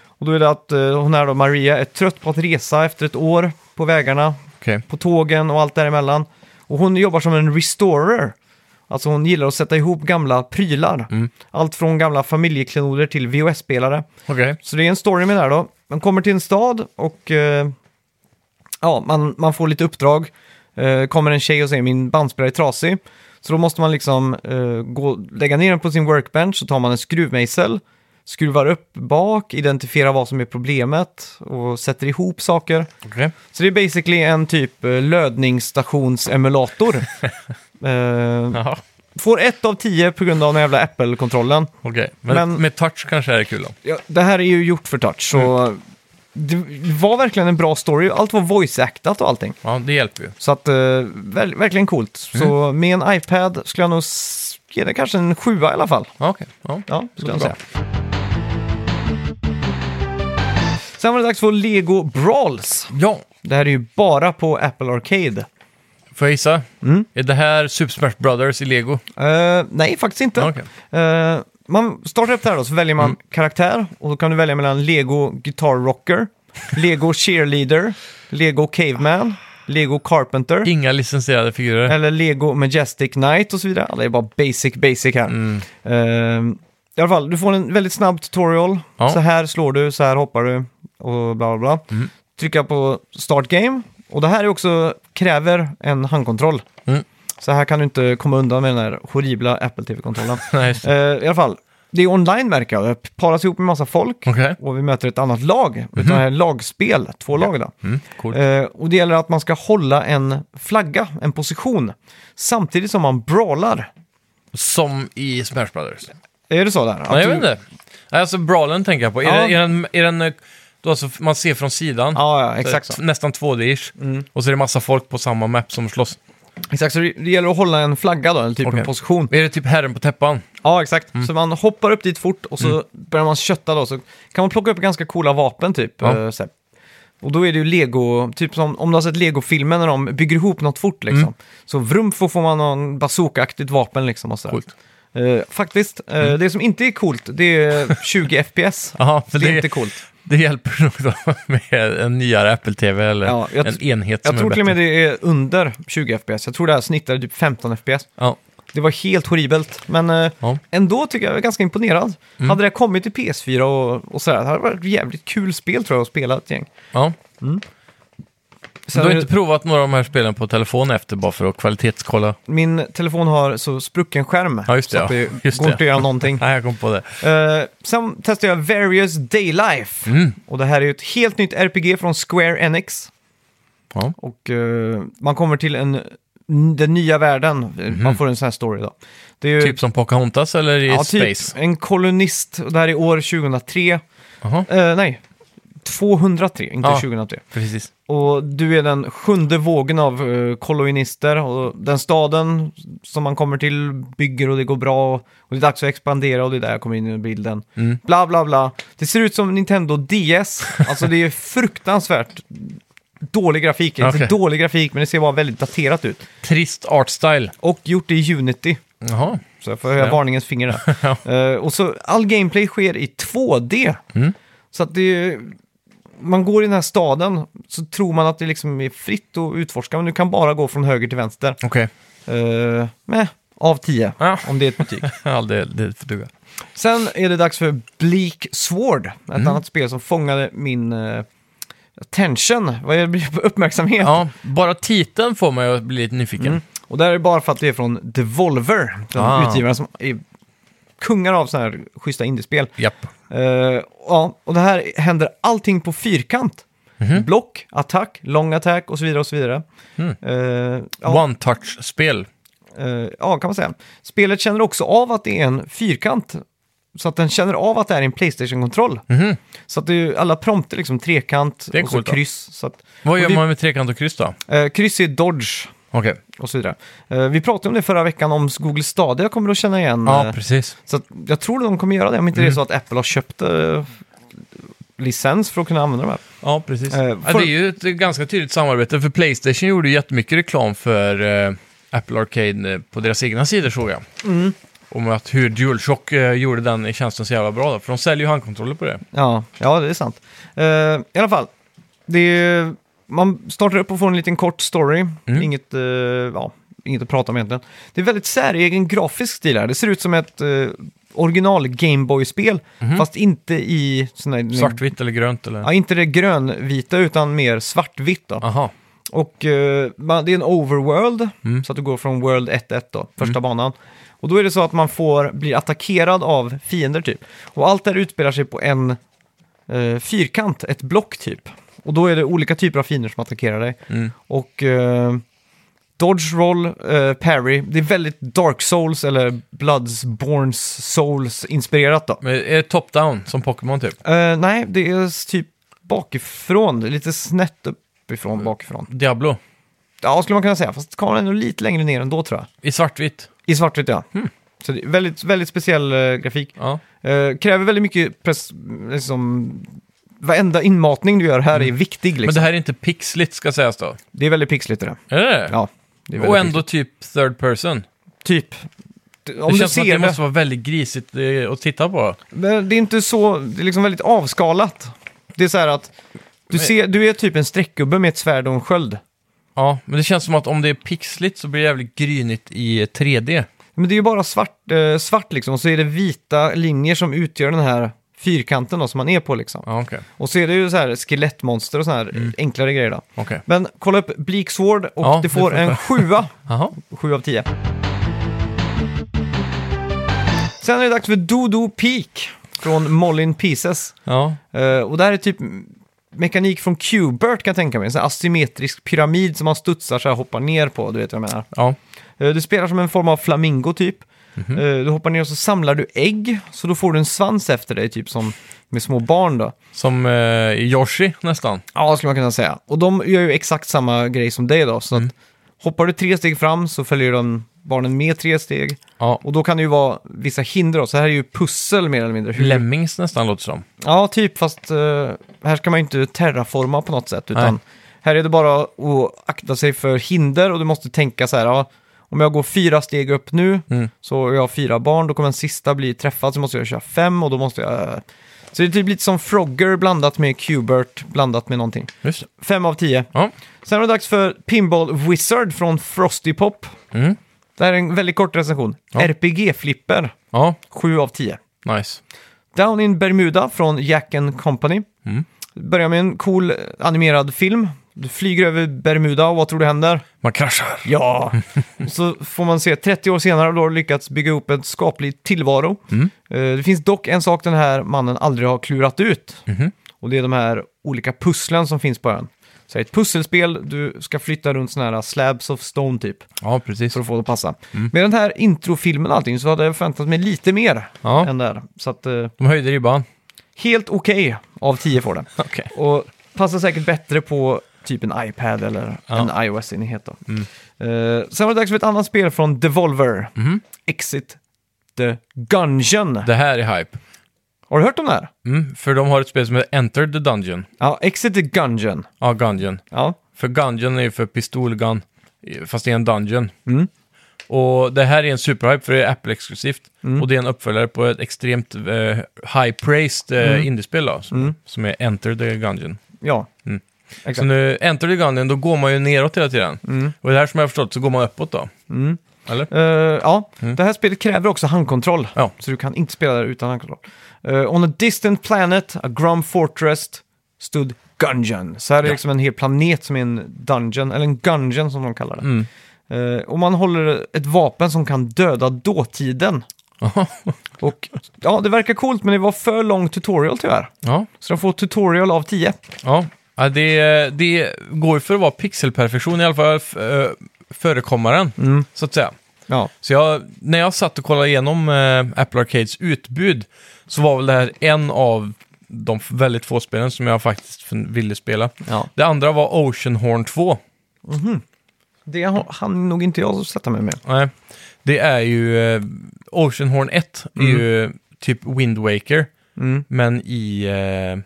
Och då är det att eh, hon här då, Maria, är trött på att resa efter ett år på vägarna
Okej.
på tågen och allt däremellan. Och hon jobbar som en restorer. Alltså hon gillar att sätta ihop gamla prylar. Allt från gamla familjeklenoder till VHS-spelare.
Okej.
Så det är en story med det här då. Man kommer till en stad och eh, ja, man, man får lite uppdrag. Eh, kommer en tjej och säger min bandspelare är trasig. Så då måste man liksom eh, gå, lägga ner den på sin workbench så tar man en skruvmejsel, skruvar upp bak, identifierar vad som är problemet och sätter ihop saker.
Okej.
Så det är basically en typ eh, lödningsstationsemulator. eh,
Jaha.
får ett av tio på grund av den jävla Apple-kontrollen.
Okej. Men,
Men-
med touch kanske är kul då.
Ja, det här är ju gjort för touch, så det var verkligen en bra story. Allt var voice-actat och allting.
Ja, det hjälper ju.
Så att, eh, ver- verkligen coolt. Så med en iPad skulle jag nog s- ge det kanske en sjua i alla fall.
Ja, Okej. Ja.
Ja, skulle jag
Låter
säga. Sen var det dags för Lego Brawls.
ja.
Det här är ju bara på Apple Arcade.
Får jag gissa?
Mm.
Är det här Super Smash Brothers i Lego?
Eh, nej, faktiskt inte.
Ja, okej.
Eh, man startar upp det här då, så väljer man karaktär och då kan du välja mellan Lego Guitar Rocker, Lego Cheerleader, Lego Caveman, Lego Carpenter
Inga licensierade figurer.
eller Lego Majestic Knight och så vidare. Alla är bara basic, basic
Mm.
här. Eh, I alla fall, du får en väldigt snabb tutorial.
Ja. Mm.
Så här slår du, så här hoppar du och bla bla bla. Trycka på Start Game och det här är också kräver en handkontroll.
Mm.
Så här kan du inte komma undan med den här horribla Apple TV-kontrollen.
Nej, just det.
Eh, I alla fall, det är online märker jag. Jag paras ihop med massa folk
Okej. Mhm.
och vi möter ett annat lag. Utan det här är lagspel, två lag då.
Mm, coolt.
Eh, och det gäller att man ska hålla en flagga, en position, samtidigt som man brawlar.
Som i Smash Brothers.
Är det så där? Att
Nej,
du-
jag vet inte. Nej, Alltså brawlen tänker jag på. Är,
Ja.
det, är den... Är den eh, då alltså, man ser från sidan.
Ja, ja, exakt
Så,
så. Mm.
Nästan 2D-ish. Och så är det massa folk på samma map som slåss.
Exakt, så det det gäller att hålla en flagga då, en typ
Okej. Mm.
en position.
Är det typ herren på täppan?
Ja, exakt. Så man hoppar upp dit fort och
Mm.
så börjar man kötta då. Så kan man plocka upp ganska coola vapen typ.
Ja.
eh, så här. Och då är det ju lego, typ som om du har sett lego-filmen när de bygger ihop något fort liksom.
Mm.
Så vrum får får man någon bazooka-aktigt vapen liksom och så där.
Coolt.
Eh, faktiskt, eh, det som inte är coolt, det är 20 FPS.
Jaha, för
Det är
det,
inte
det,
coolt.
hjälper nog då med en nyare Apple-TV eller
Ja, jag
en
tr-
enhet som
Jag tror
är
till och med
bättre.
det är under 20 FPS. Jag tror det här snittar typ 15 FPS.
Ja.
Det var helt horribelt, men eh,
Ja.
ändå tycker jag jag är ganska imponerad.
Mm.
Hade det här kommit till PS4 och, och sådär, det hade varit ett jävligt kul spel tror jag att spela ett gäng.
Ja.
Sen
du har
är det-
inte provat några av de här spelen på telefon efter bara för att kvalitetskolla?
Min telefon har så sprucken skärm,
Ja, just det,
så att
ja.
det
Just
går
det.
inte att göra någonting.
Nej, jag kom på det.
Eh, sen testade jag Various Daylife,
Mm.
och det här är ju ett helt nytt RPG från Square Enix.
Ja.
Och eh, man kommer till en, den nya världen. Man får en sån här story då. Det är ju,
Mhm. Typ som Pocahontas eller i
ja, typ
Space?
en kolonist. Och det här är år 2003.
Jaha,
Eh, nej, 203, inte
Ja.
2003.
precis.
Och du är den sjunde vågen av eh, kolonister. Och den staden som man kommer till bygger och det går bra. Och det är dags att expandera och det är där jag kommer in i bilden. Bla, bla, bla. Det ser ut som Nintendo DS. Alltså det är fruktansvärt dålig grafik. Det är
Okej.
Inte dålig grafik, men det ser bara väldigt daterat ut.
Trist art style.
Och gjort det i Unity.
Jaha.
Så jag får höja
Ja.
varningens finger där. Eh, och så all gameplay sker i 2D.
Mm.
Så att det är, man går i den här staden så tror man att det liksom är fritt att utforska, men du kan bara gå från höger till vänster.
Okej.
Uh, med av 10,
Ja.
om det är ett betyg.
Ja, det, det får duga.
Sen är det dags för Bleak Sword, ett
Mm.
annat spel som fångade min eh, attention, vad är det, uppmärksamhet.
Ja, bara titeln får mig att bli lite nyfiken.
Och det här är bara för att det är från Devolver, den
Ah.
utgivaren som är kungar av sådana här schyssta indiespel.
Japp.
Eh, ja, och det här händer allting på fyrkant.
Mhm.
Block, attack, long attack och så vidare och så vidare.
Mm.
Eh, ja,
One-touch-spel.
eh, ja, kan man säga. Spelet känner också av att det är en fyrkant. Så att den känner av att det är en Playstation-kontroll.
Mhm.
Så att det är ju alla prompter liksom trekant
Mm. Det är
och så
coolt då.
kryss. Så att, och
Vad gör
vi,
man med trekant och kryss då?
eh, kryss är dodge
Okej.
och så vidare. Eh, vi pratade om det förra veckan om Google Stadia kommer att känna igen.
Ja, Mm.
eh,
precis.
så att jag tror de kommer göra det om inte det är så att Apple har köpt eh, licens för att kunna använda de här.
Ja, precis.
Eh,
ja,
för-
det är ju ett ganska tydligt samarbete, för Playstation gjorde ju jättemycket reklam för eh, Apple Arcade eh, på deras egna sidor, såg jag.
Mm.
Om att hur DualShock eh, gjorde den i tjänsten så jävla bra, då, för de säljer ju handkontroller på det.
Ja, ja det är sant. Eh, I alla fall, det är, man startar upp och får en liten kort story.
Mm.
Inget, eh, ja, inget att prata om egentligen. Det är väldigt säregen grafisk stil här. Det ser ut som ett eh, original Gameboy-spel,
Mm.
fast inte i... Sån där,
Svartvitt Mhm. eller grönt eller?
Ja, inte det grönvita utan mer svartvitt. Då.
Aha.
Och eh, man, det är en overworld, så att du går från world 1-1 då, första banan. Och då är det så att man får bli attackerad av fiender typ. Och allt där utspelar sig på en eh, fyrkant, ett block typ. Och då är det olika typer av fiender som attackerar dig.
Mm.
Och eh, dodge roll, eh, parry, det är väldigt dark souls eller Bloodsborne souls inspirerat då.
Men är det top-down, som Pokémon typ?
Eh, nej, det är typ bakifrån, lite snett uppifrån, bakifrån.
Diablo?
Ja, skulle man kunna säga. Fast kameran är nog lite längre ner ändå tror jag.
I svartvitt?
I svartvitt ja.
Hmm.
Så det är väldigt, väldigt speciell eh, grafik.
Ja.
Eh, kräver väldigt mycket press, liksom, varenda inmatning du gör här är viktig liksom.
Mm. Men
det,
det här är inte pixligt, ska sägas då?
är väldigt pixligt det där.
Är det det?
Ja, det är väldigt
Och ändå typ third person.
pixligt. Typ. Det- Om
det
du
känns som att
ser
det
det,
måste vara väldigt grisigt eh, att titta på.
men det är inte så, det är liksom väldigt avskalat. Det är så här att, du,
Men-
ser, du är typ en streckgubbe med ett svärd och en sköld.
Ja, men det känns som att om det är pixligt så blir det jävligt grynigt i 3D.
Men det är ju bara svart, eh, svart liksom, och så är det vita linjer som utgör den här fyrkanten då, som man är på liksom.
Ja, okej.
Och så är det ju så här skelettmonster och såna här enklare grejer då.
Okej.
Men kolla upp Bleak Sword och
Mm. Ja,
du
det
får
får
en
jag.
sjua.
Jaha.
Sju av tio. Sen är det dags för Dodo Peak från Mollin Pieces.
Ja.
Eh, och det här är typ mekanik från Q-Bert kan jag tänka mig. En sån här asymmetrisk pyramid som man studsar så här hoppar ner på, du vet vad jag menar.
Ja.
Eh, Du spelar som en form av flamingo typ.
Mhm.
Eh, Du hoppar ner och så samlar du ägg, så då får du en svans efter dig, typ som med små barn då.
Som eh, Yoshi nästan.
Ja, skulle man kunna säga. Och de gör ju exakt samma grej som dig då. Så
Mm.
att hoppar du tre steg fram så följer de barnen med tre steg.
Ja.
Och då kan det ju vara vissa hinder då. Så här är ju pussel mer eller mindre. Hur-
Lemmings nästan låter som.
Ja, typ. Fast eh, här ska man ju inte terraforma på något sätt. Utan
Nej.
här är det bara att akta sig för hinder och du måste tänka så här. Ja, om jag går fyra steg upp nu
Mm.
så har jag fyra barn. Då kommer den sista bli träffad så måste jag köra fem och då måste jag... Så det är typ lite som Frogger blandat med Qbert blandat med någonting.
Just det.
Fem av tio.
Ja.
Sen var det dags för Pinball Wizard från Frosty Pop.
Mm.
Det här är en väldigt kort recension.
Ja.
RPG-flipper,
Ja.
7 av 10.
Nice.
Down in Bermuda från Jack and Company.
Mm.
Börjar med en cool eh, animerad film. Du flyger över Bermuda och vad tror du händer?
Man kraschar.
Ja! så får man se 30 år senare har du lyckats bygga upp en skaplig tillvaro.
Mm.
Eh, Det finns dock en sak den här mannen aldrig har klurat ut.
Mhm.
Och det är de här olika pusslen som finns på ön. Så det är ett pusselspel, du ska flytta runt sådana här slabs of stone typ.
Ja, precis.
För att få det att passa. Med den här introfilmen och allting så hade jag förväntat mig lite mer
Ja.
än det här. Så att, eh,
De höjde ribban.
helt okej av 10 får den.
Okej.
Och passar säkert bättre på typ en iPad eller en iOS-enhet då. Eh, sen var det dags för ett annat spel från Devolver. Exit the Gungeon.
Det här är hype.
Har du hört om det här?
Mm, för de har ett spel som heter Enter the Dungeon.
Ja, Exit the Gungeon.
Ja, Gungeon.
Ja.
För Gungeon är ju för pistolgun, fast det är en Dungeon. Och det här är en superhype för det är Apple-exklusivt. Och det är en uppföljare på ett extremt eh, high-praised eh, indiespel då, som, som är Enter the Gungeon.
Ja.
Mm.
Exakt.
Så nu, Enter the Gungeon, då går man ju neråt hela tiden. Och det här som jag har förstått så går man uppåt då. Eller?
Eh, ja, det här spelet kräver också handkontroll.
Mm. Ja.
Så du kan inte spela där utan handkontroll. Eh, on a distant planet, a grum fortress stood Gungeon. Så här är det liksom en hel planet som är en dungeon, eller en gungeon som de kallar det.
Mm.
Eh, och man håller ett vapen som kan döda dåtiden. och ja, det verkar coolt men det var för lång tutorial tyvärr.
Ja.
Så de får tutorial av 10.
Ja, ja det, det går ju för att vara pixelperfektion i alla fall, f- eh, förekommaren, så att säga.
Ja.
Så jag, när jag satt och kollade igenom eh, Apple Arcades utbud så var väl det här en av de f- väldigt få spelen som jag faktiskt fun- ville spela.
ja.
Det andra var Oceanhorn 2.
Det har- hann nog inte jag sätta mig med.
Nej, det är ju... Eh, Oceanhorn 1 är ju typ Wind Waker,
Mm.
men i... Eh,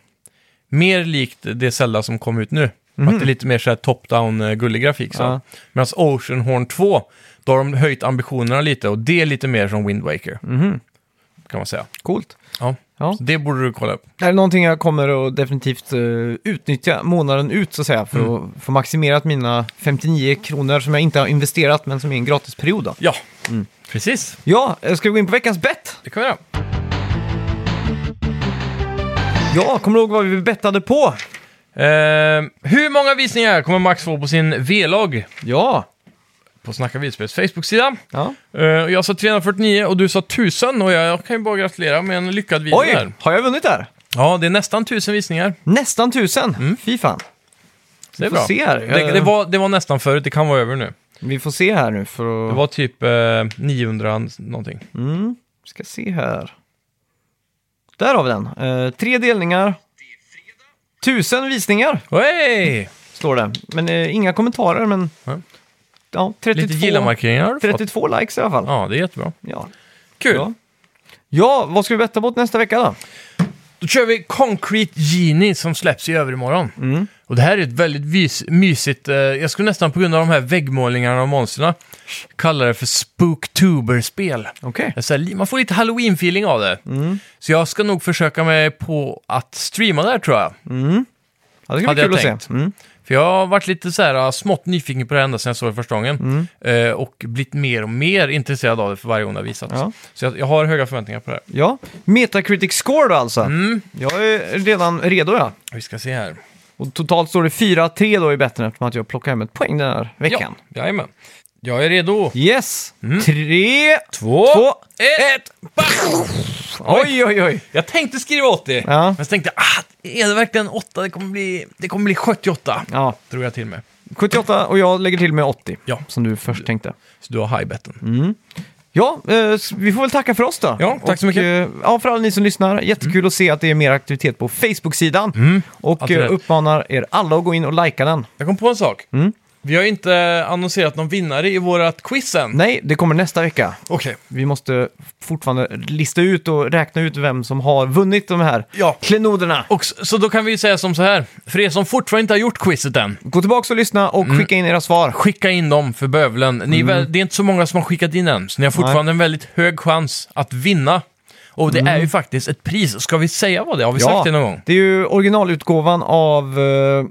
mer likt det Zelda som kom ut nu. Att det är lite mer så här top-down eh, gullig grafik. Så.
Mhm. Ja.
Medan Oceanhorn 2, då har de höjt ambitionerna lite och det är lite mer som Wind Waker.
Mhm.
Kan man säga.
Coolt.
Ja.
Ja.
Så det borde du kolla upp.
Det här är någonting jag kommer att definitivt eh, utnyttja månaden ut så att säga för
Mm.
att få maximerat mina 59 kronor som jag inte har investerat men som är en gratisperiod. Då.
Ja, precis.
Ja, eh, ska vi gå in på veckans bett?
Det kan vi göra.
Ja, kommer du ihåg vad vi bettade på?
Eh, hur många visningar kommer Max få på sin V-logg
Ja.
på Snacka Videospels Facebook-sida?
ja.
Eh, och jag sa 349 och du sa 1000 och jag, jag kan ju bara gratulera med en lyckad video
Oj,
där.
har jag vunnit där?
Ja, det är nästan 1000 visningar.
Nästan tusen.
Mm.
Fy fan.
Det är
får
bra.
se här.
Det, det, var, det var nästan förut, det kan vara över nu.
Vi får se här nu för
Det
att...
var typ eh, 900 någonting.
Mm. Ska se här. Där har vi den. Eh, tre delningar. Tusen visningar
Hey!
står det. Men eh, inga kommentarer men...
Nej.
Ja, 32...
Lite gilla-markeringar har du fått.
32 likes i alla fall.
Ja, det är jättebra.
Ja.
Kul.
Ja. ja, vad ska vi betta mot nästa vecka då?
Då kör vi Concrete Genie som släpps i övermorgon.
Mm.
Och det här är ett väldigt vis, mysigt, eh, jag skulle nästan på grund av de här väggmålningarna av monstren kalla det för Spooktuber-spel.
Okej.
Jag säger, Man får lite halloween-feeling av det.
Mm.
Så jag ska nog försöka mig på att streama där tror jag.
Mm. Ja, det ska
Hade
bli
jag
kul att
tänkt.
se. Mm.
För jag har varit lite så här ah, smått nyfiken på det här ända sedan jag såg det första gången.
Mm.
Eh, och blivit mer och mer intresserad av det för varje gång det har visats.
Ja.
Så jag, jag har höga förväntningar på det här.
Ja, Metacritic score då alltså.
Mm.
Jag är redan redo ja.
Vi ska se här.
Och totalt står det 4-3 då i betten eftersom att jag plockar hem ett poäng den här veckan.
Ja, jajamän. Jag är redo.
Yes!
Mm.
Tre...
Två,
Två,
ett, bang!
Oj, oj, oj!
Jag tänkte skriva 80,
Ja.
men så tänkte jag, ah, är det verkligen 8? Det kommer bli, det kommer bli 78,
Ja,
drog jag till med.
78 och jag lägger till med 80.
Ja.
Som du först tänkte.
Så du har highbetten.
Mm. Ja, eh, s- vi får väl tacka för oss då.
Ja, tack så
Och,
mycket.
eh, Ja, för alla ni som lyssnar, jättekul att se att det är mer aktivitet på Facebook-sidan. Och
Mm. alltid
eh,
rätt.
uppmanar er alla att gå in och likea den.
Jag kom på en sak.
Mm.
Vi har inte annonserat någon vinnare i vårat quiz än.
Nej, det kommer nästa vecka.
Okej.
Vi måste fortfarande lista ut och räkna ut vem som har vunnit de här
Ja.
klenoderna.
Och så, så då kan vi säga som så här, för er som fortfarande inte har gjort quizet än,
Gå tillbaka och lyssna och
Mm.
skicka in era svar.
skicka in dem för bövelen. Ni är
Mm.
väl, det är inte så många som har skickat in än, så ni har fortfarande en väldigt hög chans att vinna. Och det
Mm.
är ju faktiskt ett pris. Ska vi säga vad det är? Har vi sagt det någon gång?
det är ju originalutgåvan av eh,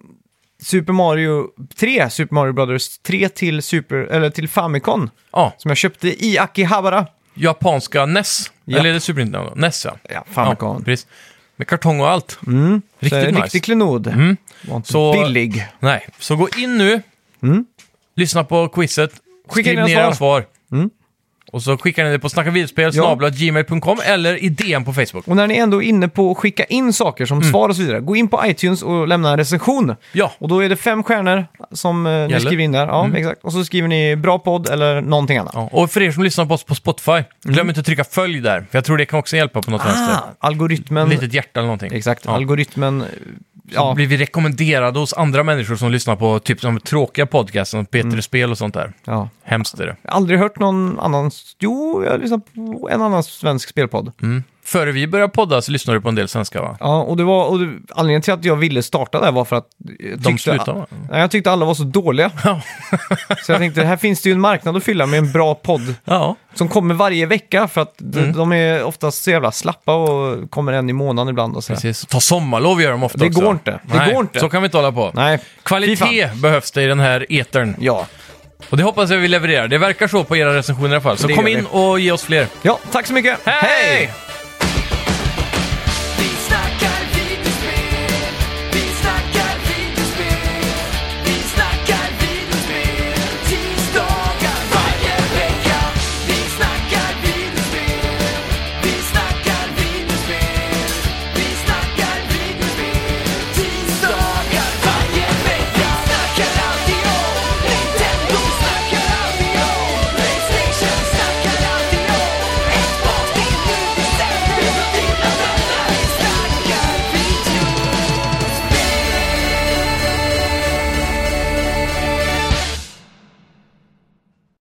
Super Mario 3, Super Mario Brothers 3 till, Super, eller till Famicom.
Ja,
Som jag köpte i Akihabara.
japanska NES.
Ja.
Eller är det Super Nintendo? NES ja.
Ja,
ja
Famicom.
precis. Med kartong och allt.
Mm. Så
Riktigt
en
nice. Mm.
Riktig Eh, klenod. Var inte
Så-
billig.
Nej, så gå in nu, lyssna på quizet,
Mm. Skicka in
skriv
era
ner era
svar. Mm.
svar. Och så skickar ni det på snackavideospel,
Ja.
snabla gmail.com eller i DM på Facebook.
Och när ni ändå är inne på att skicka in saker
Mm.
som svar och så vidare, gå in på iTunes och lämna en recension.
Ja,
Och då är det fem stjärnor som eh, ni
Gäller. Mm.
skriver in där. Ja, exakt. Och så skriver ni bra podd eller någonting annat.
Ja, och för er som lyssnar på oss på Spotify, glöm inte att trycka följ där. För jag tror det kan också hjälpa på något vänster.
Mm. Ah, algoritmen.
Ett litet hjärta eller någonting.
Exakt,
Ja.
algoritmen. eh,
Då
Ja,
blir vi rekommenderade hos andra människor som lyssnar på typ de tråkiga podcasten, som
Mm.
Peter Spel och sånt där.
ja.
Hemskt är det.
Jag har aldrig hört någon annan... Jo, jag har lyssnat på en annan svensk spelpodd.
före vi började podda så lyssnade du på en del svenska va?
Ja, och, det var, och det, anledningen till att jag ville starta där var för att jag tyckte,
slutade, va? Mm.
nej, jag tyckte alla var så dåliga.
Ja.
så jag tänkte, här finns det ju en marknad att fylla med en bra podd
Ja.
som kommer varje vecka för att de,
Mm.
de är oftast så jävla slappa och kommer en i månaden ibland och så.
Precis. Ta sommarlov gör de ofta
Det
också.
går inte. Det
Nej,
går inte.
Så kan vi inte hålla på.
Nej, Fy
Kvalitet behövs det i den här etern.
ja.
Och det hoppas jag vi levererar. Det verkar så på era recensioner i alla fall. Så
Det
kom
gör
in
vi.
och ge oss fler.
Ja, tack så mycket.
Hej!